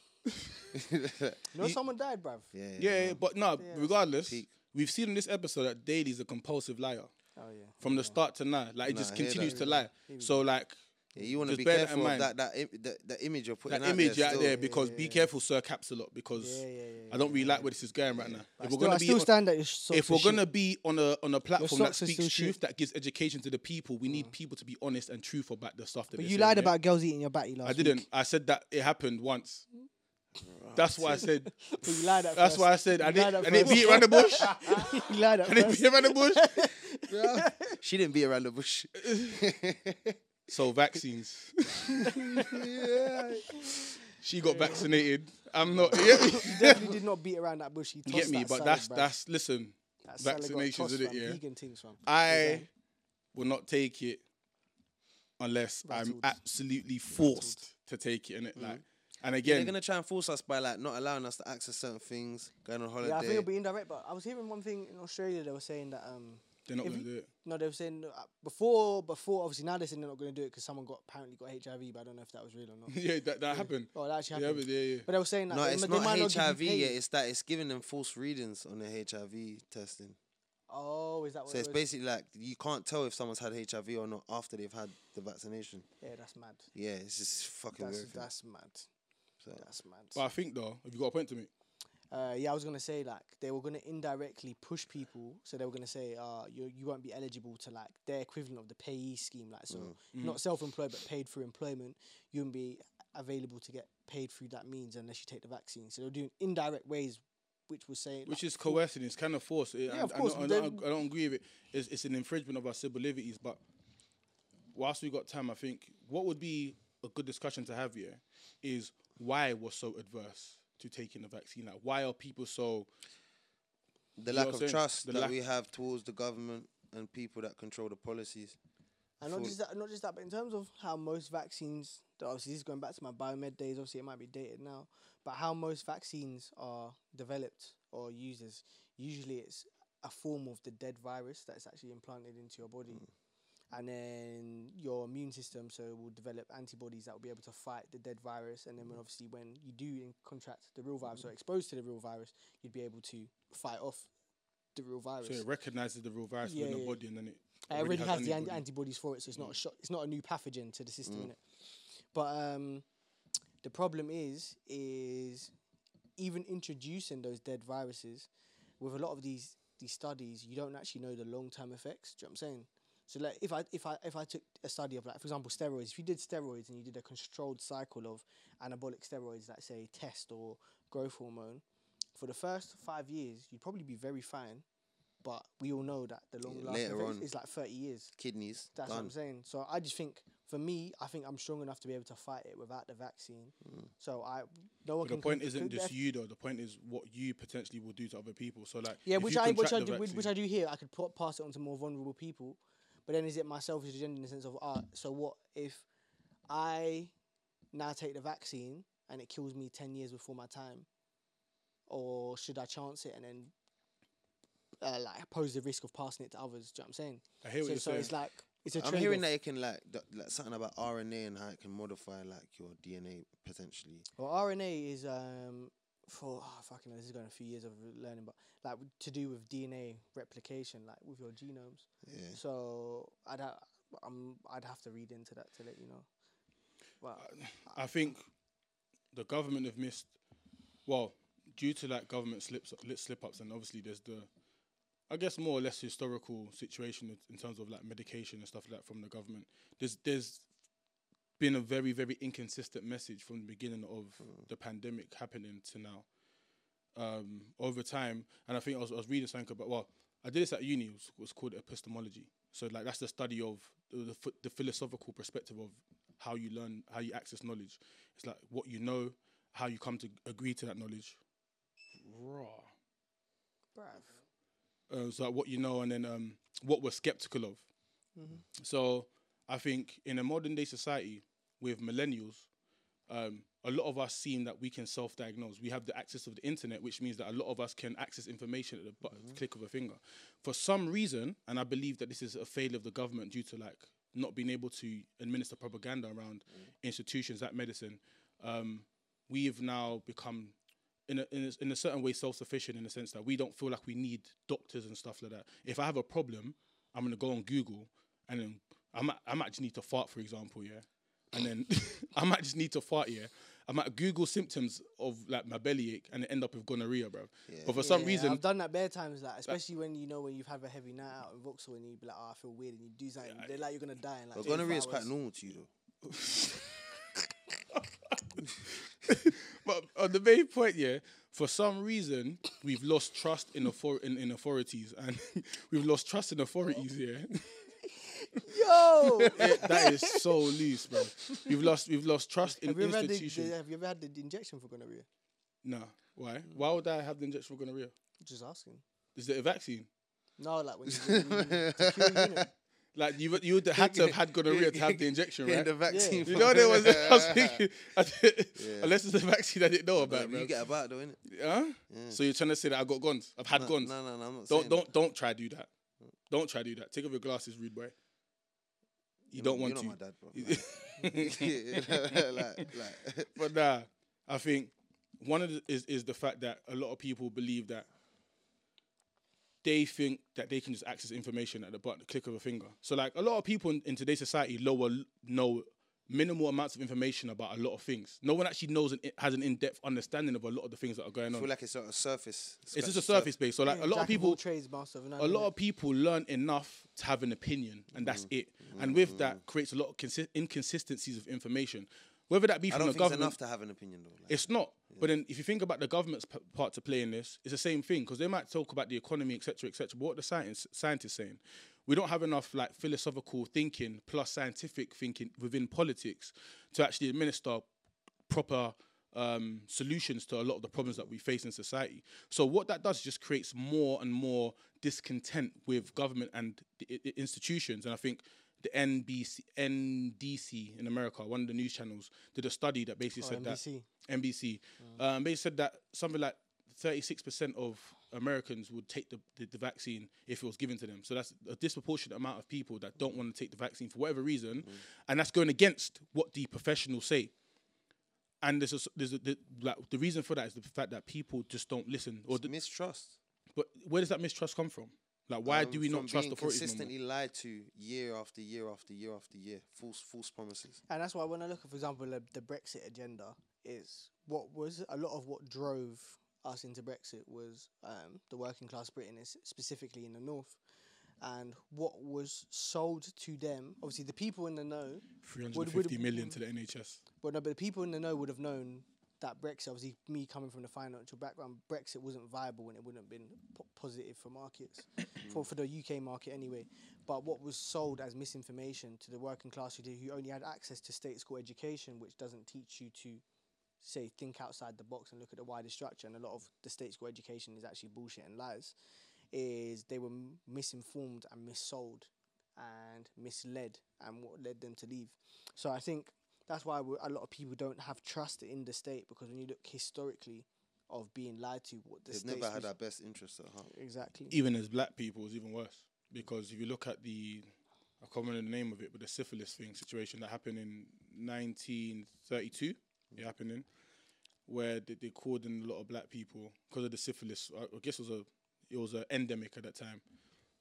Speaker 4: You know, someone died, bruv.
Speaker 1: Yeah, yeah.
Speaker 5: yeah, yeah, but no. regardless,
Speaker 1: Peak.
Speaker 5: we've seen in this episode that Daly's a compulsive liar
Speaker 4: Oh yeah.
Speaker 5: from the start to now. Like he
Speaker 1: Nah,
Speaker 5: just
Speaker 1: I hear that.
Speaker 5: continues to lie. So like
Speaker 1: Yeah, you want to
Speaker 5: Just
Speaker 1: be
Speaker 5: bear that in
Speaker 1: careful of
Speaker 5: mind.
Speaker 1: that that, Im- that that image you're putting
Speaker 5: that
Speaker 1: out
Speaker 5: image
Speaker 1: there
Speaker 5: out
Speaker 1: still.
Speaker 5: there because be careful, Sir Caps a lot because
Speaker 4: Yeah, yeah, yeah,
Speaker 5: I don't really like where this is going right now. If
Speaker 4: Still, I still
Speaker 5: on-
Speaker 4: stand at your socks
Speaker 5: if
Speaker 4: are
Speaker 5: we're
Speaker 4: shit.
Speaker 5: gonna be on a on a platform that
Speaker 4: socks are
Speaker 5: speaks
Speaker 4: still
Speaker 5: truth,
Speaker 4: shit. Mm.
Speaker 5: that gives education to the people, we need people to be honest and truthful about the stuff that.
Speaker 4: But
Speaker 5: they're
Speaker 4: you
Speaker 5: saying,
Speaker 4: lied
Speaker 5: yeah?
Speaker 4: about girls eating your batty last
Speaker 5: I didn't. I said that it happened once. That's why I said.
Speaker 4: Week. You lied at
Speaker 5: That's
Speaker 4: first.
Speaker 5: why I said I
Speaker 4: You lied
Speaker 5: didn't.
Speaker 4: at
Speaker 5: I didn't
Speaker 4: first.
Speaker 5: beat around the bush.
Speaker 4: You lied at
Speaker 5: I didn't
Speaker 4: first.
Speaker 5: beat around the bush.
Speaker 1: She didn't be around the bush.
Speaker 5: So vaccines. She got vaccinated. I'm not. Yeah,
Speaker 4: You definitely did not beat around that bush. You
Speaker 5: you get
Speaker 4: tossed
Speaker 5: me,
Speaker 4: that
Speaker 5: but
Speaker 4: salad,
Speaker 5: that's
Speaker 4: bruv.
Speaker 5: that's listen.
Speaker 4: That salad got
Speaker 5: Vaccinations,
Speaker 4: tossed,
Speaker 5: is it?
Speaker 4: fam.
Speaker 5: Yeah.
Speaker 4: Vegan things, fam.
Speaker 5: I will not take it unless I'm
Speaker 4: Rattled.
Speaker 5: absolutely forced to take it. And
Speaker 4: Mm.
Speaker 5: it like, and again,
Speaker 1: They're gonna try and force us by like not allowing us to access certain things, going on holiday.
Speaker 4: Yeah, I think it'll be indirect. But I was hearing one thing in Australia. They were saying that um,
Speaker 5: They're not
Speaker 4: If
Speaker 5: gonna
Speaker 4: you-
Speaker 5: do it.
Speaker 4: No, they were saying uh, before, before obviously now they're saying they're not going to do it because someone got apparently got HIV, but I don't know if that was real or not.
Speaker 5: yeah, that, that happened.
Speaker 4: Oh, that actually
Speaker 5: Yeah,
Speaker 4: happened.
Speaker 5: but yeah, yeah.
Speaker 4: But they were saying that
Speaker 1: No,
Speaker 4: they
Speaker 1: it's
Speaker 4: mi- they
Speaker 1: not
Speaker 4: might give you
Speaker 1: HIV yet.
Speaker 4: pay.
Speaker 1: It's that it's giving them false readings on their HIV testing.
Speaker 4: Oh, is that what
Speaker 1: So
Speaker 4: it
Speaker 1: it's
Speaker 4: was?
Speaker 1: basically like you can't tell if someone's had HIV or not after they've had the vaccination.
Speaker 4: Yeah, that's mad.
Speaker 1: Yeah, it's just fucking
Speaker 4: That's
Speaker 1: weird. thing.
Speaker 4: that's mad.
Speaker 1: So-
Speaker 4: That's
Speaker 5: But
Speaker 4: mad.
Speaker 5: I think though, if you got a point to make,
Speaker 4: Uh, yeah, I was gonna say like they were gonna indirectly push people, so they were gonna say, uh, you you won't be eligible to like their equivalent of the payee scheme, like so not self-employed but paid through employment. You wouldn't be available to get paid through that means unless you take the vaccine. So they're doing indirect ways, which was saying
Speaker 5: which is coercing, it's kind of forced. yeah,
Speaker 4: of
Speaker 5: I,
Speaker 4: course,
Speaker 5: I, don't, I,
Speaker 4: they-
Speaker 5: don't, I don't agree with it. It's, it's an infringement of our civil liberties. But whilst we got time, I think what would be a good discussion to have here is why we're so adverse to taking the vaccine. Like, why are people so?
Speaker 1: The
Speaker 5: know
Speaker 1: lack
Speaker 5: what I'm
Speaker 1: of
Speaker 5: saying?
Speaker 1: trust
Speaker 5: The
Speaker 1: that
Speaker 5: lack-
Speaker 1: we have towards the government and people that control the policies.
Speaker 4: And not
Speaker 1: for-
Speaker 4: just that, not just that, but in terms of how most vaccines, th- obviously this is going back to my biomed days. Obviously, it might be dated now, but how most vaccines are developed or used is usually it's a form of the dead virus that's actually implanted into your body, and then your immune system so will develop antibodies that will be able to fight the dead virus, and then when obviously when you do in- contract the real virus or exposed to the real virus, you'd be able to fight off the real virus.
Speaker 5: So it recognizes the real virus
Speaker 4: Yeah,
Speaker 5: within
Speaker 4: yeah.
Speaker 5: the body, and then it.
Speaker 4: It already has, the anti-
Speaker 5: antibody.
Speaker 4: antibodies Mm. for it, so it's not a shock, it's not a new pathogen to the system, innit? But um, the problem is, is even introducing those dead viruses with a lot of these these studies, you don't actually know the long term effects. Do you know what I'm saying? So like, if I if I if I took a study of like, for example, steroids. If you did steroids and you did a controlled cycle of anabolic steroids, like say test or growth hormone, for the first five years, you'd probably be very fine. But we all know that the long lasting
Speaker 1: later
Speaker 4: effects
Speaker 1: on.
Speaker 4: is like thirty years.
Speaker 1: Kidneys.
Speaker 4: That's what
Speaker 1: done.
Speaker 4: I'm saying. So I just think, for me, I think I'm strong enough to be able to fight it without the vaccine.
Speaker 1: Hmm.
Speaker 4: So I, no
Speaker 5: But
Speaker 4: one
Speaker 5: the
Speaker 4: can
Speaker 5: point
Speaker 4: con-
Speaker 5: isn't
Speaker 4: con-
Speaker 5: just
Speaker 4: def-
Speaker 5: you though. The point is what you potentially will do to other people. So like,
Speaker 4: Yeah,
Speaker 5: if
Speaker 4: which
Speaker 5: you
Speaker 4: I which
Speaker 5: contract
Speaker 4: I
Speaker 5: the
Speaker 4: do which,
Speaker 5: vaccine-
Speaker 4: which I do here. I could pl- pass it on to more vulnerable people, but then is it my selfish agenda in the sense of ah, so what if I now take the vaccine and it kills me ten years before my time, or should I chance it and then uh, like pose the risk of passing it to others? Do you know what I'm saying?
Speaker 5: I hear what
Speaker 4: so
Speaker 5: you're
Speaker 4: so
Speaker 5: saying.
Speaker 4: it's like it's a
Speaker 1: I'm
Speaker 4: trade-off.
Speaker 1: hearing that it can like, th- like something about RNA and how it can modify like your DNA potentially.
Speaker 4: Well, RNA is um for oh, fucking hell, this is going a few years of learning, but like w- to do with DNA replication, like with your genomes.
Speaker 1: Yeah.
Speaker 4: So I'd ha- I'm I'd have to read into that to let you know. But
Speaker 5: Uh, I think the government have missed. Well, due to like government slips, lit slip ups, and obviously there's the, I guess more or less historical situation in- in terms of like medication and stuff like that from the government. There's there's been a very very inconsistent message from the beginning of the pandemic happening to now. Um, over time, and I think I was, I was reading something about. Well, I did this at uni. It was, it was called epistemology. So like that's the study of the, the, ph- the philosophical perspective of how you learn, how you access knowledge. It's like what you know, how you come to agree to that knowledge. Raw. Uh, so like what you know, and then um, what we're skeptical of. So I think in a modern day society with millennials, um, a lot of us seem that we can self-diagnose. We have the access of the internet, which means that a lot of us can access information at the bu- click of a finger. For some reason, and I believe that this is a failure of the government due to like not being able to administer propaganda around institutions like medicine. Um, we've now become in a, in, a, in a certain way self-sufficient in the sense that we don't feel like we need doctors and stuff like that. If I have a problem, I'm gonna go on Google and then I might, I might just need to fart, for example, yeah, and then I might just need to fart, yeah. I might Google symptoms of like my bellyache and end up with gonorrhea, bro. But for some
Speaker 4: Yeah,
Speaker 5: reason,
Speaker 4: I've done that bare times, like especially when you know when you've had a heavy night out in Vauxhall and you be like, oh, I feel weird, and you do something, they're like you're gonna die. In, like,
Speaker 1: But
Speaker 4: 24
Speaker 1: gonorrhea is quite
Speaker 4: hours.
Speaker 1: normal to you though.
Speaker 5: but on the main point, yeah, for some reason we've lost trust in, author- in, in authorities and we've lost trust in authorities, yeah.
Speaker 4: Yo,
Speaker 5: that is so loose, bro. We've lost we've lost trust in
Speaker 4: have you ever had the,
Speaker 5: institutions.
Speaker 4: the- have you ever had the injection for gonorrhea?
Speaker 5: No, why? Why would I have the injection for gonorrhea?
Speaker 4: Just asking.
Speaker 5: Is there a vaccine?
Speaker 4: No, like when you, when you to cure unit.
Speaker 5: Like you, would- you would had to have had gonorrhea to have the injection,
Speaker 1: Getting
Speaker 5: right?
Speaker 1: the vaccine.
Speaker 5: you
Speaker 1: from-
Speaker 5: know there was. I was thinking, I did- unless it's a vaccine I didn't know about,
Speaker 1: you
Speaker 5: bro.
Speaker 1: get about though, innit?
Speaker 5: Huh? So you're trying to say that I got guns? I've had
Speaker 1: No,
Speaker 5: guns.
Speaker 1: no, no, no, I'm not saying
Speaker 5: Don't
Speaker 1: that.
Speaker 5: don't don't try to do that. Don't try to do that. Take off your glasses, rude boy. You don't want
Speaker 1: you
Speaker 5: to.
Speaker 1: Know my dad, bro. Like, like, like,
Speaker 5: but nah, I think one of the, is is the fact that a lot of people believe that they think that they can just access information at the but the click of a finger. So like a lot of people in, in today's society lower know minimal amounts of information about a lot of things. No one actually knows and has an in-depth understanding of a lot of the things that are
Speaker 1: I
Speaker 5: going
Speaker 1: feel
Speaker 5: on.
Speaker 1: like it's sort of surface.
Speaker 5: It's
Speaker 1: scratch
Speaker 5: just a
Speaker 1: the surface.
Speaker 5: surface base. So like a lot
Speaker 4: Jack
Speaker 5: of people
Speaker 4: all trades master of none.
Speaker 5: a lot of people learn enough to have an opinion, and
Speaker 1: Mm-hmm.
Speaker 5: that's it. And with that, creates a lot of consi- inconsistencies of information, whether that be
Speaker 1: I
Speaker 5: from
Speaker 1: don't
Speaker 5: the
Speaker 1: think it's
Speaker 5: government.
Speaker 1: enough to have an opinion though. Like,
Speaker 5: It's not. But then, if you think about the government's p- part to play in this, it's the same thing because they might talk about the economy, etc., etc. But what the science scientists saying, we don't have enough like philosophical thinking plus scientific thinking within politics to actually administer proper um, solutions to a lot of the problems that we face in society. So what that does is just creates more and more discontent with government and the, i- i- institutions. And I think the NBC, NDC in America, one of the news channels, did a study that basically
Speaker 4: Oh,
Speaker 5: said
Speaker 4: NBC.
Speaker 5: that NBC,
Speaker 1: Mm.
Speaker 5: um, they said that something like 36% of Americans would take the, the, the vaccine if it was given to them. So that's a disproportionate amount of people that don't want to take the vaccine for whatever reason,
Speaker 1: Mm.
Speaker 5: and that's going against what the professionals say and there's a, s- there's a, the, like, the reason for that is the fact that people just don't listen. Or the,
Speaker 1: mistrust.
Speaker 5: but where does that mistrust come from? Like, why do
Speaker 1: um,
Speaker 5: we
Speaker 1: from
Speaker 5: not trust
Speaker 1: being
Speaker 5: authorities? no more?
Speaker 1: Consistently lied to year after year after year after year. False false promises.
Speaker 4: And that's why when I look at, for example, the, the Brexit agenda, is what was a lot of what drove us into Brexit was um, the working class Britain, is specifically in the north, and what was sold to them. Obviously, the people in the know would,
Speaker 5: 350
Speaker 4: would,
Speaker 5: million to the NHS.
Speaker 4: But no, but the people in the know would have known that Brexit. Obviously, me coming from the financial background, Brexit wasn't viable and it wouldn't have been po- positive for markets, for for the UK market anyway. But what was sold as misinformation to the working class who, did- who only had access to state school education, which doesn't teach you to say think outside the box and look at the wider structure, and a lot of the state school education is actually bullshit and lies. Is they were m- misinformed and missold and misled, and what led them to leave. So I think that's why we- a lot of people don't have trust in the state because when you look historically of being lied to, what the
Speaker 1: They've
Speaker 4: state
Speaker 1: never had our best interests at heart.
Speaker 4: exactly.
Speaker 5: Even as black people, it's even worse because if you look at the, I can't remember the name of it, but the syphilis thing situation that happened in 1932, it happened in, where they, they called in a lot of black people because of the syphilis. I, I guess it was a, it was an endemic at that time.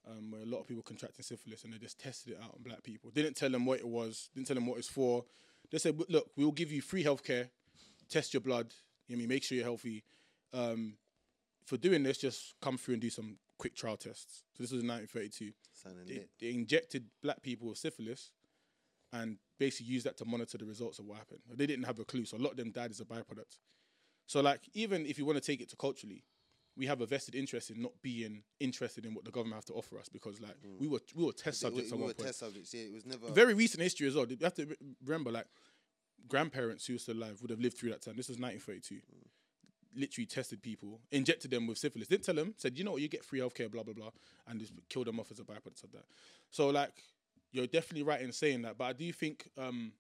Speaker 5: um, where a lot of people contracting syphilis and they just tested it out on black people. Didn't tell them what it was, didn't tell them what it's for. They said, "Look, look, we'll give you free healthcare, test your blood, you know what I mean, make sure you're healthy. Um, for doing this, just come through and do some quick trial tests. So this was in 1932.
Speaker 1: Sounding
Speaker 5: They,
Speaker 1: lit.
Speaker 5: they injected black people with syphilis and basically used that to monitor the results of what happened. They didn't have a clue, so a lot of them died as a byproduct. So, like, even if you want to take it to culturally, we have a vested interest in not being interested in what the government have to offer us because, like, we were we were test
Speaker 1: They-
Speaker 5: subjects
Speaker 1: Mm. we,
Speaker 5: at
Speaker 1: we
Speaker 5: one
Speaker 1: were
Speaker 5: point.
Speaker 1: test subjects. Yeah, it was never.
Speaker 5: Very recent history as well. You have to re- remember, like, grandparents who were still alive would have lived through that time. This was 1932. Literally tested people, injected them with syphilis. Didn't tell them. Said, you know what, you get free healthcare, blah blah blah, and just killed them off as a byproduct of that. So, like, you're definitely right in saying that. But I do think um,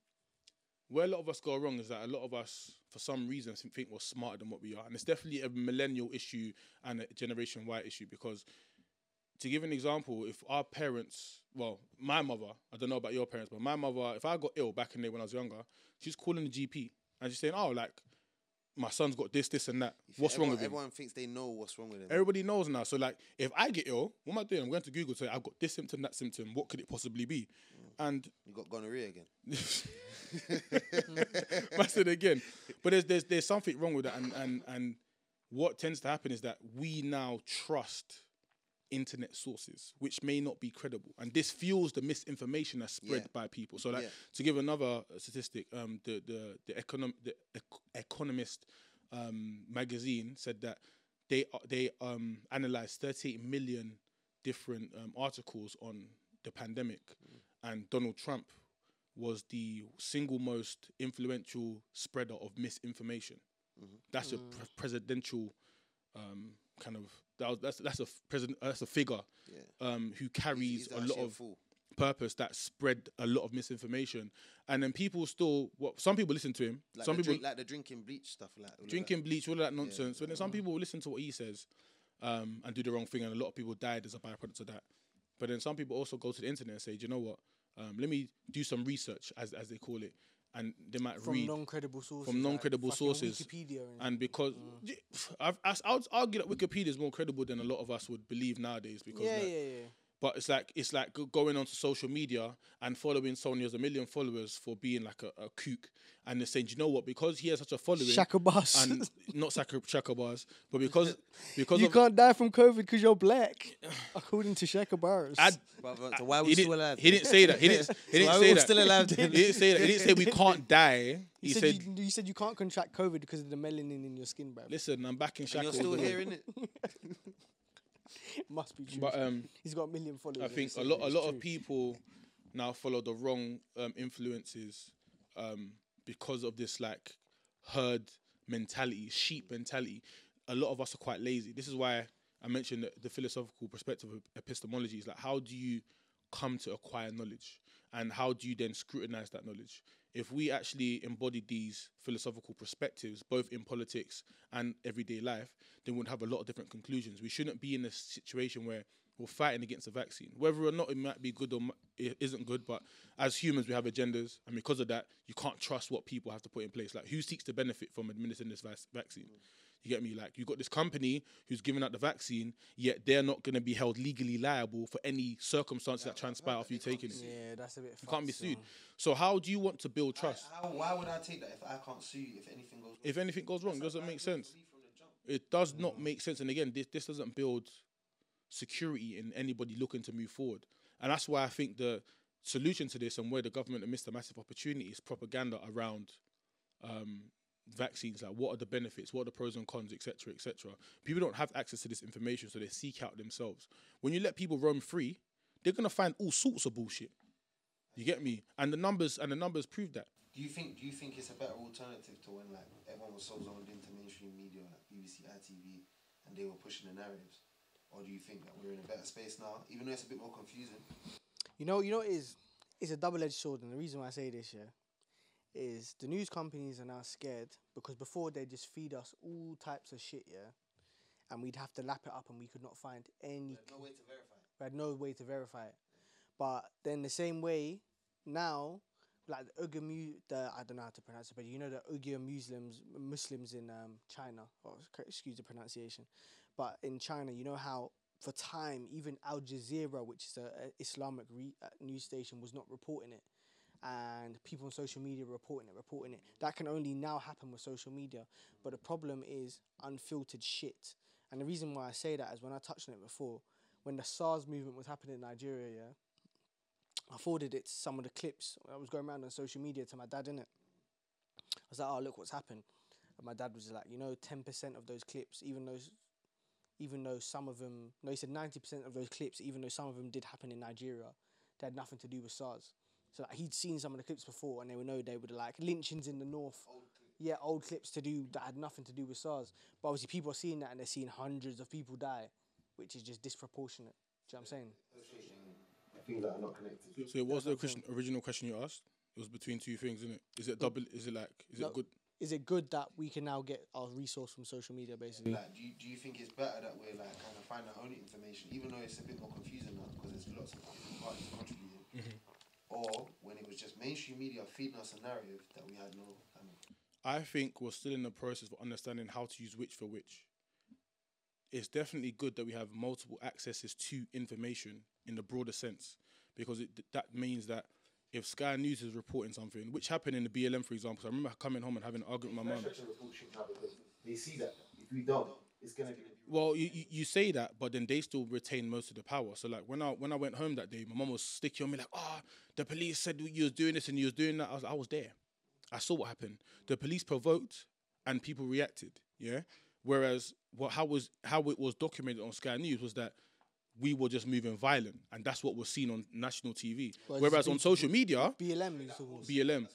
Speaker 5: where a lot of us go wrong is that a lot of us, for some reason, think think we're smarter than what we are. And it's definitely a millennial issue and a Generation Y issue because, to give an example, if our parents, well, my mother, I don't know about your parents, but my mother, if I got ill back in the day when I was younger, she's calling the GP and she's saying, oh, like, my son's got this, this, and that. What's
Speaker 1: everyone,
Speaker 5: wrong with him?
Speaker 1: Everyone thinks they know what's wrong with them.
Speaker 5: Everybody knows now. So like, if I get ill, what am I doing? I'm going to Google to say I've got this symptom, that symptom. What could it possibly be? And
Speaker 1: you got gonorrhea again.
Speaker 5: That's it again. But there's there's there's something wrong with that, and and and what tends to happen is that we now trust internet sources, which may not be credible, and this fuels the misinformation that's spread
Speaker 1: Yeah.
Speaker 5: by people. So, like
Speaker 1: Yeah.
Speaker 5: to give another statistic, um, the the the econom the Ec- Economist um, magazine said that they they um analyzed 38 million different um, articles on the pandemic,
Speaker 1: Mm.
Speaker 5: and Donald Trump was the single most influential spreader of misinformation.
Speaker 1: Mm-hmm.
Speaker 5: That's a pre- presidential um, kind of that was, that's that's a f- president that's a figure
Speaker 1: Yeah.
Speaker 5: um, who carries
Speaker 1: He's
Speaker 5: a lot
Speaker 1: actually
Speaker 5: of
Speaker 1: fool.
Speaker 5: purpose that spread a lot of misinformation, and then people still what some people listen to him,
Speaker 1: Like
Speaker 5: some
Speaker 1: the
Speaker 5: people
Speaker 1: drink, like the drinking bleach stuff, like Uh-huh. all of that.
Speaker 5: drinking bleach, all of that nonsense. But then some people will listen to what he says um, and do the wrong thing, and a lot of people died as a byproduct of that. But then some people also go to the internet and say, "Do you know what? Um, let me do some research, as as they call it, and they might
Speaker 4: from
Speaker 5: read
Speaker 4: non-credible sources.
Speaker 5: from non-credible
Speaker 4: fucking
Speaker 5: sources
Speaker 4: Wikipedia and,
Speaker 5: and because Yeah,
Speaker 1: Uh-huh.
Speaker 5: pff, I've, I, I would argue that Wikipedia is more credible than a lot of us would believe nowadays. Because
Speaker 4: yeah,
Speaker 5: like,
Speaker 4: yeah, yeah.
Speaker 5: but it's like it's like go- going onto social media and following someone who has a million followers for being like a, a kook, and they're saying, "Do you know what? Because he has such a following,
Speaker 4: Shaka bus.
Speaker 5: and not Shaka, Shaka bars, but because because
Speaker 4: you
Speaker 5: of,
Speaker 4: can't die from COVID because you're black, according to Shaka Barris.
Speaker 5: I-
Speaker 1: But, but, so why are
Speaker 5: Ah, he
Speaker 1: we
Speaker 5: didn't,
Speaker 1: still alive?
Speaker 5: he didn't say that. He didn't. He didn't
Speaker 1: Why are
Speaker 5: say
Speaker 1: we
Speaker 5: that.
Speaker 1: still alive
Speaker 5: He
Speaker 1: then?
Speaker 5: didn't say that. He didn't say we can't die. He,
Speaker 4: you said,
Speaker 5: said,
Speaker 4: you, you said you can't contract COVID because of the melanin in your skin, bro.
Speaker 5: "Listen, I'm back in
Speaker 1: And
Speaker 5: Shaka."
Speaker 1: you're still
Speaker 5: all the
Speaker 1: here,
Speaker 5: way."
Speaker 1: innit?
Speaker 4: Must be true.
Speaker 5: But um,
Speaker 4: He's got a million followers.
Speaker 5: I
Speaker 4: on
Speaker 5: think a
Speaker 4: Instagram,
Speaker 5: lot a
Speaker 4: it's
Speaker 5: lot of
Speaker 4: true.
Speaker 5: people now follow the wrong um, influences um, because of this like herd mentality, sheep mentality. A lot of us are quite lazy. This is why I mentioned that the philosophical perspective of epistemology is like how do you come to acquire knowledge and how do you then scrutinize that knowledge? If we actually embodied these philosophical perspectives, both in politics and everyday life, then we'd have a lot of different conclusions. We shouldn't be in a situation where we're fighting against a vaccine, whether or not it might be good or mi- it isn't good. But as humans, we have agendas, and because of that, you can't trust what people have to put in place. Like, who seeks to benefit from administering this vac- vaccine? You get me? Like, you got this company who's giving out the vaccine, yet they're not going to be held legally liable for any circumstances that transpire after you taking it.
Speaker 4: Yeah, that's a bit.
Speaker 5: You can't be sued. So, how do you want to build trust?
Speaker 7: How, why would I take that if I can't sue you if anything goes
Speaker 5: If anything goes wrong, doesn't make sense. It does not make sense. And again, this, this doesn't build security in anybody looking to move forward. And that's why I think the solution to this and where the government have missed a massive opportunity is propaganda around um, vaccines. Like, what are the benefits? What are the pros and cons, etc., cetera, etc. People don't have access to this information, so they seek out themselves. When you let people roam free, they're gonna find all sorts of bullshit. You get me? And the numbers and the numbers prove that.
Speaker 7: Do you think do you think it's a better alternative to when like everyone was so zoned into mainstream media like BBC, ITV, and they were pushing the narratives? Or do you think that we're in a better space now? Even though it's a bit more confusing.
Speaker 4: You know, you know, what it is it's a double-edged sword, and the reason why I say this, yeah, is the news companies are now scared because before they just feed us all types of shit, yeah, and we'd have to lap it up, and we could not find any.
Speaker 7: No way to verify.
Speaker 4: We had no way to verify it. But then the same way, now, like the Uyghur, Mu- the I don't know how to pronounce it, but you know the Uyghur Muslims, Muslims in um, China. Or c- excuse the pronunciation, but in China, you know how for time even Al Jazeera, which is a, a Islamic re- uh, news station, was not reporting it. And people on social media reporting it, reporting it. That can only now happen with social media. But the problem is unfiltered shit. And the reason why I say that is when I touched on it before, when the SARS movement was happening in Nigeria, yeah, I forwarded it to some of the clips I was going around on social media to my dad, innit? I was like, oh, look what's happened. And my dad was like, you know, 10% of those clips, even those, even though some of them, no, he said 90% of those clips, even though some of them did happen in Nigeria, they had nothing to do with SARS. So like, he'd seen some of the clips before and they would know they were like lynchings in the north. yeah, old clips to do that had nothing to do with SARS. But obviously people are seeing that and they're seeing hundreds of people die, which is just disproportionate. Do you know what I'm saying?
Speaker 7: Things that are not connected.
Speaker 5: So it was the question, original question you asked. It was between two things, isn't it? Is it double? Is it like? Is
Speaker 4: No.
Speaker 5: it good?
Speaker 4: Is it good that we can now get our resource from social media basically?
Speaker 7: Like, do you, do you think it's better that we're like kind of finding our own information, even though it's a bit more confusing now because there's lots of different parties contributing? Or when it was just mainstream media feeding us a narrative that we had no. I mean,
Speaker 5: I think we're still in the process of understanding how to use which for which. It's definitely good that we have multiple accesses to information in the broader sense, because it, that means that if Sky News is reporting something, which happened in the BLM, for example, I remember coming home and having an argument with my mum.
Speaker 7: they see that if we don't, it's gonna be.
Speaker 5: Well, you, you- you say that, but then they still retain most of the power. So like when I when I went home that day, my mom was sticky on me like, ah, the police said you was doing this and you was doing that. I was I was there. I saw what happened. The police provoked and people reacted. Yeah. Whereas what how was how it was documented on Sky News was that we were just moving violent, and that's what was seen on national TV.
Speaker 4: Well, it's
Speaker 5: Whereas
Speaker 4: been-
Speaker 5: on social media,
Speaker 4: BLM moves towards.
Speaker 5: BLM.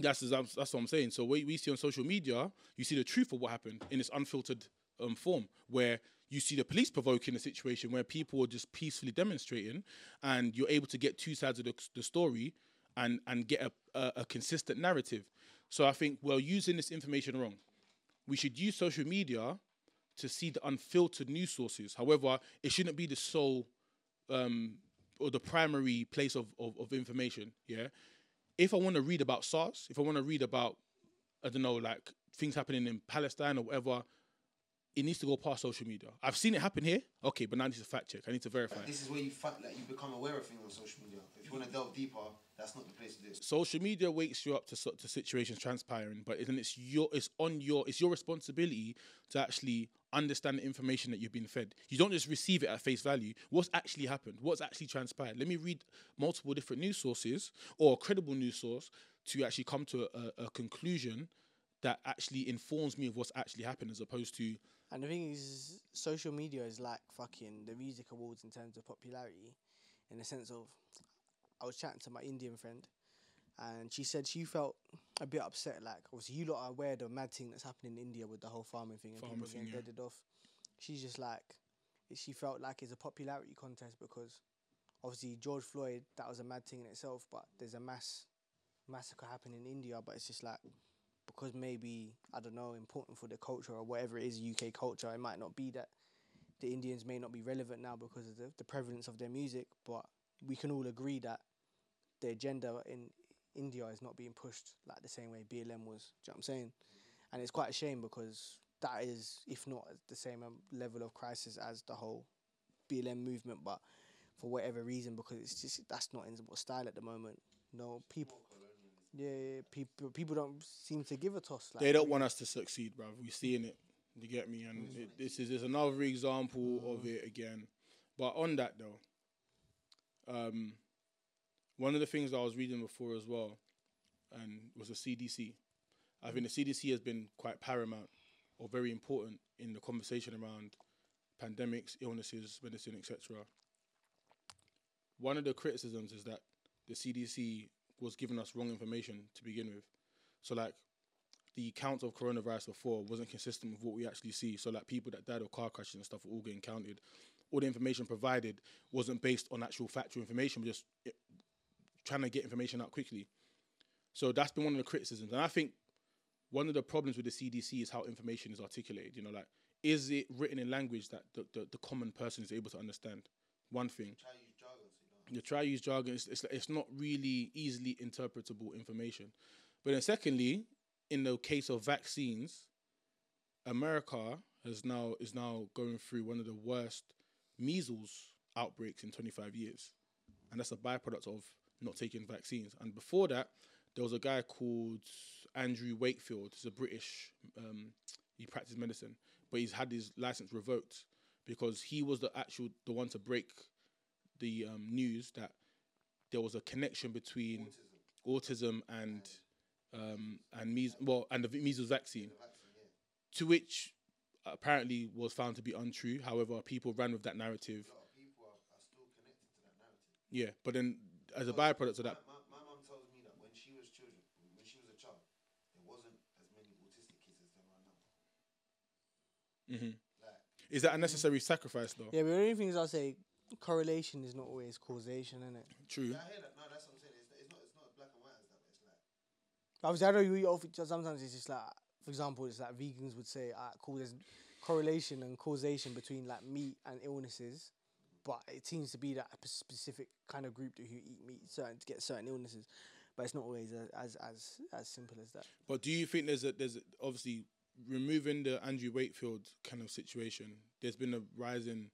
Speaker 5: That's exa- that's what I'm saying. So what we see on social media, you see the truth of what happened in its unfiltered um, form, where you see the police provoking a situation where people are just peacefully demonstrating, and you're able to get two sides of the, the story, and and get a, a, a consistent narrative. So I think we're using this information wrong. We should use social media to see the unfiltered news sources. However, it shouldn't be the sole um, or the primary place of, of, of information, yeah. If I want to read about SARS, if I want to read about I don't know, like things happening in Palestine or whatever, it needs to go past social media. I've seen it happen here. Okay, but now I need to fact check. I need to verify.
Speaker 7: This is where you fact, like you become aware of things on social media. If you want to delve deeper, that's not the place to do it.
Speaker 5: social media wakes you up to so- to situations transpiring, but then it's your it's on your it's your responsibility to actually understand the information that you've been fed. You don't just receive it at face value. What's actually happened? What's actually transpired? Let me read multiple different news sources or a credible news source to actually come to a, a conclusion that actually informs me of what's actually happened, as opposed to
Speaker 4: And the thing is, social media is like fucking the music awards in terms of popularity, in the sense of, I was chatting to my Indian friend, and she said she felt a bit upset. Like, obviously, you lot are aware of the mad thing that's happening in India with the whole farming thing and
Speaker 5: Farming
Speaker 4: people
Speaker 5: thing,
Speaker 4: getting
Speaker 5: yeah.
Speaker 4: deaded off. She's just like, she felt like it's a popularity contest because, obviously, George Floyd that was a mad thing in itself, but there's a mass massacre happening in India, but it's just like because maybe I don't know important for the culture or whatever it is UK culture, it might not be that the Indians may not be relevant now because of the, the prevalence of their music, but we can all agree that the agenda in India is not being pushed like the same way BLM was. Do you know what I'm saying? And it's quite a shame because that is, if not at the same um, level of crisis as the whole BLM movement, but for whatever reason, because it's just that's not in style at the moment. No people. Yeah, yeah, people people don't seem to give a toss. Like,
Speaker 5: they don't want us to succeed, bruv. We're seeing it. You get me? And it, this is just another example of it again. But on that though, um, one of the things that I was reading before as well, and was the CDC. I think the CDC has been quite paramount or very important in the conversation around pandemics, illnesses, medicine, etc. One of the criticisms is that the CDC was giving us wrong information to begin with. So like the count of coronavirus before wasn't consistent with what we actually see. So like people that died of car crashes and stuff were all getting counted. All the information provided wasn't based on actual factual information, but just it, trying to get information out quickly. So that's been one of the criticisms, and I think one of the problems with the CDC is how information is articulated. You know, like is it written in language that the, the, the common person is able to understand? One thing
Speaker 7: Try to use jargon, so you don't-
Speaker 5: you try to use jargon. It's, it's, it's not really easily interpretable information. But then, secondly, in the case of vaccines, America has now is now going through one of the worst measles outbreaks in 25 years, and that's a byproduct of not taking vaccines. And before that, there was a guy called Andrew Wakefield. He's a British. Um, he practiced medicine, but he's had his license revoked because he was the actual the one to break the um, news that there was a connection between autism, and um, and meas- well and the measles vaccine, to which apparently was found to be untrue. However, people ran with that narrative. Yeah, but then as a byproduct of that,
Speaker 7: My, my mum tells me that when she was children, when she was a child, there wasn't as many autistic kids as there are now.
Speaker 5: Mm-hmm. is that a necessary sacrifice though?
Speaker 4: Yeah, but the only thing is, I'll say correlation is not always causation, is it?
Speaker 5: True.
Speaker 7: Yeah, I hear that. No, that's what I'm saying. It's, it's not. It's not black and white as that. It's like
Speaker 4: Obviously, I know you eat off. Sometimes it's just like, for example, it's like vegans would say, ah, cool, there's correlation and causation between like meat and illnesses, but it seems to be that a p- specific kind of group that who eat meat certain to get certain illnesses, but it's not always a- as as as simple as that.
Speaker 5: But do you think there's a there's a, obviously removing the Andrew Wakefield kind of situation? There's been a rise in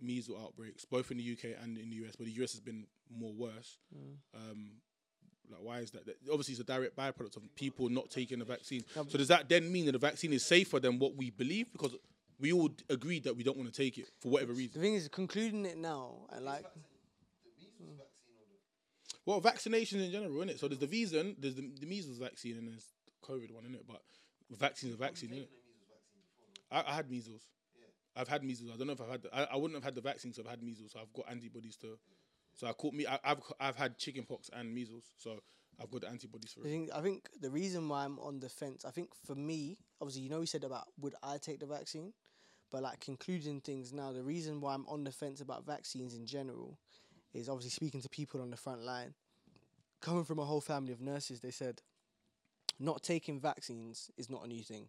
Speaker 5: measles outbreaks both in the UK and in the US, but the US has been more worse. Um, like why is that? That- Obviously, it's a direct byproduct of people not taking the vaccine. So does that then mean that the vaccine is safer than what we believe? Because we all d- agreed that we don't want to take it for whatever
Speaker 4: The
Speaker 5: reason.
Speaker 4: thing is, concluding it now and like, mm.
Speaker 7: the measles vaccine or the
Speaker 5: Well, vaccinations in general, innit? So there's the reason, there's the, the measles vaccine and there's the COVID one, innit? But vaccine's a vaccine, innit?
Speaker 7: the measles vaccine before. no?
Speaker 5: I, I had measles. I've had measles. I don't know if I've had. The, I, I wouldn't have had the vaccine, so I've had measles. So I've got antibodies to. So I caught me. I, I've I've had chickenpox and measles. So I've got the antibodies for
Speaker 4: I
Speaker 5: it.
Speaker 4: think I think the reason why I'm on the fence, I think for me, obviously you know we said about would I take the vaccine, but like concluding things now, the reason why I'm on the fence about vaccines in general is obviously speaking to people on the front line. Coming from a whole family of nurses, they said not taking vaccines is not a new thing.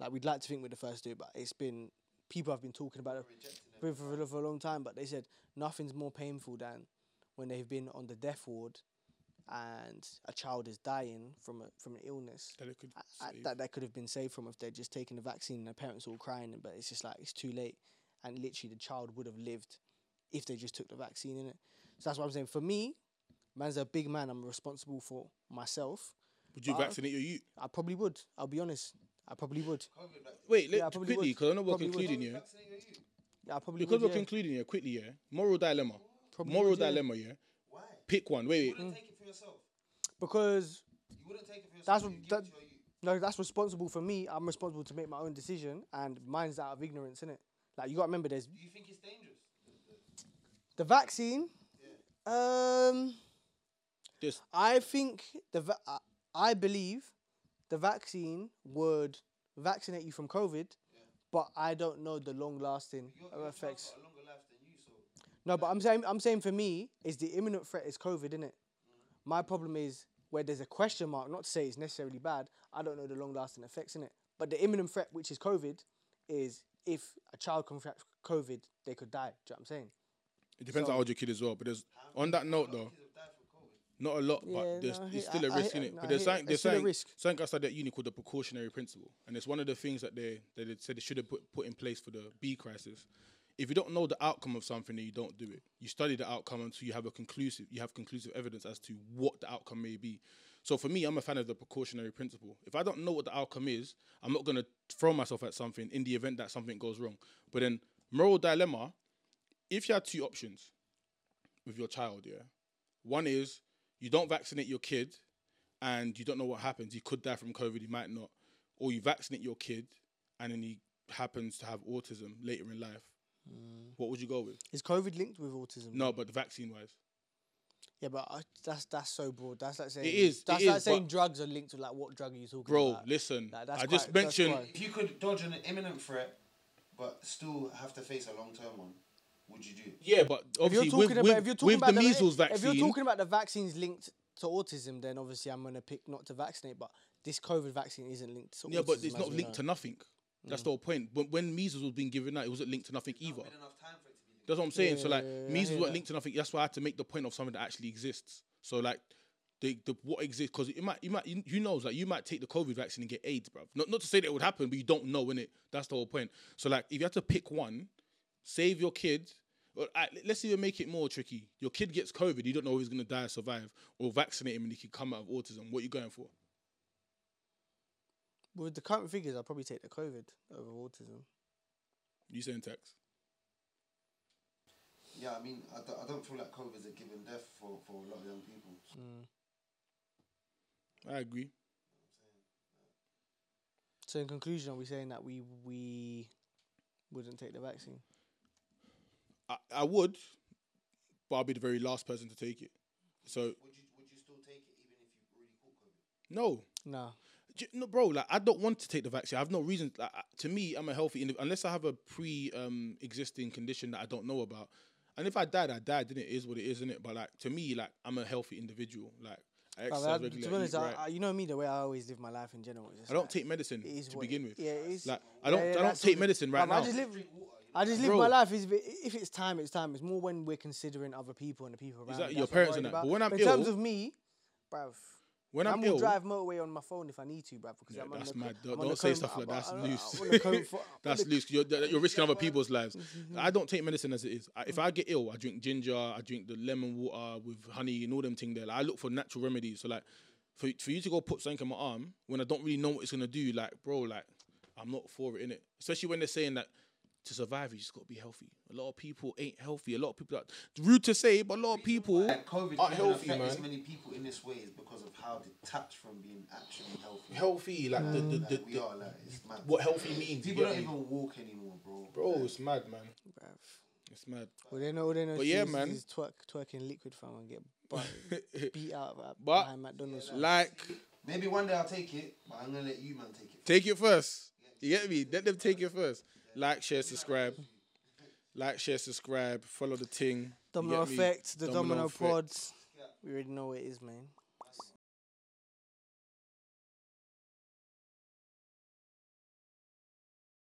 Speaker 4: Like we'd like to think we're the first to do it, but it's been people have been talking about it.
Speaker 7: Rejecting it
Speaker 4: been for, for- for a long time, but they said nothing's more painful than when they've been on the death ward and a child is dying from a, from an illness
Speaker 5: That it could
Speaker 4: I- I-
Speaker 5: save.
Speaker 4: that that could have been saved from if they'd just taken the vaccine and their parents were all crying, but it's just like it's too late, and literally the child would have lived if they just took the vaccine in it. So that's what I'm saying. For me, man's a big man. I'm responsible for myself.
Speaker 5: Would you
Speaker 4: Uh,
Speaker 5: vaccinate your youth?
Speaker 4: I probably would. I'll be honest. I probably would.
Speaker 7: COVID, like,
Speaker 5: Wait, let,
Speaker 4: Yeah, I probably
Speaker 5: quickly,
Speaker 4: would.
Speaker 5: because I know we're
Speaker 4: Probably would.
Speaker 5: concluding
Speaker 7: COVID
Speaker 5: here.
Speaker 7: vaccinate your youth.
Speaker 4: Yeah, I probably
Speaker 5: Because
Speaker 4: would.
Speaker 5: we're
Speaker 4: yeah.
Speaker 5: concluding here, quickly, yeah. Moral dilemma.
Speaker 4: Probably
Speaker 5: Moral
Speaker 4: would, yeah. Mm.
Speaker 5: dilemma, yeah.
Speaker 7: Why?
Speaker 5: Pick one. Wait,
Speaker 7: You
Speaker 5: wait.
Speaker 7: wouldn't take it for yourself.
Speaker 4: Because
Speaker 7: You wouldn't take it for yourself.
Speaker 4: That's
Speaker 7: you
Speaker 4: what-
Speaker 7: give
Speaker 4: that-
Speaker 7: it to your youth.
Speaker 4: no, that's responsible for me. I'm responsible to make my own decision, and mine's out of ignorance, innit? Like you got to remember, there's
Speaker 7: Do you think it's dangerous?
Speaker 4: the vaccine. Um.
Speaker 5: Just
Speaker 4: I think the va- I- I believe the vaccine would vaccinate you from COVID, but I don't know the long lasting
Speaker 7: Your, your child's
Speaker 4: effects.
Speaker 7: got a longer life than you, so
Speaker 4: No, but I'm saying I'm saying for me is the imminent threat is COVID, is it? My problem is where there's a question mark. Not to say it's necessarily bad. I don't know the long lasting effects in it, but the imminent threat, which is COVID, is if a child contracts COVID, they could die. Do you know what I'm saying?
Speaker 5: it depends how old your kid is, well. But there's on that note though,
Speaker 7: kids have died from COVID.
Speaker 5: not a lot,
Speaker 4: Yeah,
Speaker 5: but there's
Speaker 4: no, I
Speaker 5: it's
Speaker 4: hear-
Speaker 5: still a
Speaker 4: I- I
Speaker 5: risk
Speaker 4: hear-
Speaker 5: in it.
Speaker 4: no, I
Speaker 5: But there's
Speaker 4: hear-
Speaker 5: something
Speaker 4: there's
Speaker 5: there's
Speaker 4: still a
Speaker 5: something,
Speaker 4: risk.
Speaker 5: something I studied at uni called the precautionary principle, and it's one of the things that they that they said they should have put, put in place for the B crisis. If you don't know the outcome of something, then you don't do it. You study the outcome until you have a conclusive you have conclusive evidence as to what the outcome may be. So for me, I'm a fan of the precautionary principle. If I don't know what the outcome is, I'm not gonna throw myself at something in the event that something goes wrong. But then moral dilemma, if you had two options with your child, yeah, one is you don't vaccinate your kid and you don't know what happens. He could die from COVID, he might not. Or you vaccinate your kid and then he happens to have autism later in life.
Speaker 4: Mm.
Speaker 5: What would you go with?
Speaker 4: Is COVID linked with autism?
Speaker 5: No, but the vaccine wise.
Speaker 4: Yeah, but I, that's that's so broad. That's like saying
Speaker 5: is, it
Speaker 4: That's
Speaker 5: is,
Speaker 4: like saying
Speaker 5: but-
Speaker 4: drugs are linked to like what drug are you talking
Speaker 5: Bro,
Speaker 4: about?
Speaker 5: listen.
Speaker 4: Like, that's
Speaker 5: I just
Speaker 4: quite- that's
Speaker 5: mentioned
Speaker 4: quite-
Speaker 7: If you could dodge an imminent threat, but still have to face a long term one, would you do it?
Speaker 5: Yeah, but
Speaker 4: If you're
Speaker 5: obviously
Speaker 4: talking
Speaker 5: with,
Speaker 4: about
Speaker 5: with,
Speaker 4: if you're talking
Speaker 5: with
Speaker 4: about
Speaker 5: the measles
Speaker 4: va-
Speaker 5: vaccine.
Speaker 4: if you're talking about the vaccines linked to autism, then obviously I'm gonna pick not to vaccinate. But this COVID vaccine isn't linked to autism.
Speaker 5: yeah, but it's
Speaker 4: as
Speaker 5: not
Speaker 4: we
Speaker 5: linked
Speaker 4: know.
Speaker 5: to nothing. That's
Speaker 4: Mm.
Speaker 5: the whole point. But when measles was being given out, it wasn't linked to nothing either.
Speaker 7: Been enough time for it to be
Speaker 5: That's what I'm saying. so
Speaker 4: Yeah,
Speaker 5: like
Speaker 4: yeah, yeah, I
Speaker 5: measles
Speaker 4: hear
Speaker 5: weren't
Speaker 4: that.
Speaker 5: linked to nothing. That's why I had to make the point of something that actually exists. So like the, the what exists because it might you might you you knows like you might take the COVID vaccine and get AIDS, bruv. Not not to say that it would happen, but you don't know innit? That's the whole point. So like if you had to pick one, save your kid. Or, uh, let's even make it more tricky. Your kid gets COVID, you don't know if he's gonna die or survive, or vaccinate him and he could come out of autism. What are you going for?
Speaker 4: With the current figures, I'll probably take the COVID over autism.
Speaker 5: You saying tax?
Speaker 7: Yeah, I mean, I, do- I don't feel like COVID's a given death for, for a lot of young people.
Speaker 4: Mm.
Speaker 5: I agree.
Speaker 4: So in conclusion, are we saying that we we wouldn't take the vaccine?
Speaker 5: I, I would, but I'll be the very last person to take it. So
Speaker 7: Would you would you still take it even if you really caught COVID?
Speaker 5: no,
Speaker 4: No.
Speaker 5: J- no, bro. Like, I don't want to take the vaccine. I have no reason. Like, I- to me, I'm a healthy individual unless I have a pre-existing condition that I don't know about. And if I died, I died. Then it is what it is, isn't it? But like to me, like I'm a healthy individual. Like I
Speaker 4: Like,
Speaker 5: exercise
Speaker 4: I-
Speaker 5: regularly.
Speaker 4: to be
Speaker 5: I
Speaker 4: honest,
Speaker 5: eat
Speaker 4: I,
Speaker 5: right.
Speaker 4: I, you know me, the way I always live my life in general. Is just
Speaker 5: I don't
Speaker 4: like,
Speaker 5: take medicine
Speaker 4: it is
Speaker 5: to
Speaker 4: what it-
Speaker 5: begin with.
Speaker 4: Yeah, it is.
Speaker 5: Like I don't,
Speaker 4: yeah,
Speaker 5: I don't
Speaker 4: that's
Speaker 5: take
Speaker 4: all-
Speaker 5: medicine right
Speaker 4: Bruv, I
Speaker 5: now.
Speaker 4: just live. I just live
Speaker 5: Bro.
Speaker 4: my life. Is if it's time, it's time. It's more when we're considering other people and the people around.
Speaker 5: Exactly,
Speaker 4: me.
Speaker 5: your
Speaker 4: That's what I'm
Speaker 5: parents
Speaker 4: worried
Speaker 5: and that.
Speaker 4: about.
Speaker 5: But when I'm
Speaker 4: in terms
Speaker 5: ill-
Speaker 4: of me, bruv,
Speaker 5: when
Speaker 4: i
Speaker 5: I'm,
Speaker 4: will
Speaker 5: ill,
Speaker 4: drive motorway on my phone if I need to, bruv. Because
Speaker 5: Yeah,
Speaker 4: I'm on
Speaker 5: that's
Speaker 4: the co-
Speaker 5: mad. Don't,
Speaker 4: I'm on
Speaker 5: don't
Speaker 4: the
Speaker 5: say
Speaker 4: comb-
Speaker 5: stuff like
Speaker 4: I'm-
Speaker 5: that's
Speaker 4: I'm-
Speaker 5: loose.
Speaker 4: uh, I'm on the Mm-hmm, comb for-
Speaker 5: that's loose. You're, that- you're risking other people's lives. I don't take medicine as it is. I,
Speaker 4: Mm.
Speaker 5: if I get ill, I drink ginger. I drink the lemon water with honey and all them thing there. Like, I look for natural remedies. So like, for for you to go put something in my arm when I don't really know what it's gonna do, like bro, like I'm not for it in it. Especially when they're saying that. To survive, you just gotta be healthy. A lot of people ain't healthy. A lot of people, are, rude to say, but a lot of people
Speaker 7: Like COVID
Speaker 5: aren't
Speaker 7: can
Speaker 5: healthy,
Speaker 7: affect as
Speaker 5: man.
Speaker 7: many people in this way is because of how detached from being actually healthy,
Speaker 5: Healthy, like the, the,
Speaker 7: like,
Speaker 4: Mm.
Speaker 5: the,
Speaker 7: we
Speaker 5: the-
Speaker 7: are. Like it's mad.
Speaker 5: what healthy means. you
Speaker 7: people
Speaker 5: get
Speaker 7: don't
Speaker 5: me?
Speaker 7: even walk anymore, bro.
Speaker 5: Bro, it's mad, man.
Speaker 4: Bruv.
Speaker 5: It's mad.
Speaker 4: Well, they know. all They know.
Speaker 5: But yeah,
Speaker 4: is-
Speaker 5: man.
Speaker 4: Is twerk, twerking liquid from and get bu- beat out of,
Speaker 5: But-
Speaker 4: behind McDonald's.
Speaker 5: Like,
Speaker 7: Maybe one day I'll take it, but I'm gonna let you man take it.
Speaker 5: take it first. You get me? Let them take it first. Like, share, subscribe. Like, share, subscribe. Follow the ting. You
Speaker 4: Domino
Speaker 5: get me?
Speaker 4: effect. The domino,
Speaker 5: effect.
Speaker 4: pods. We already know what it is, man.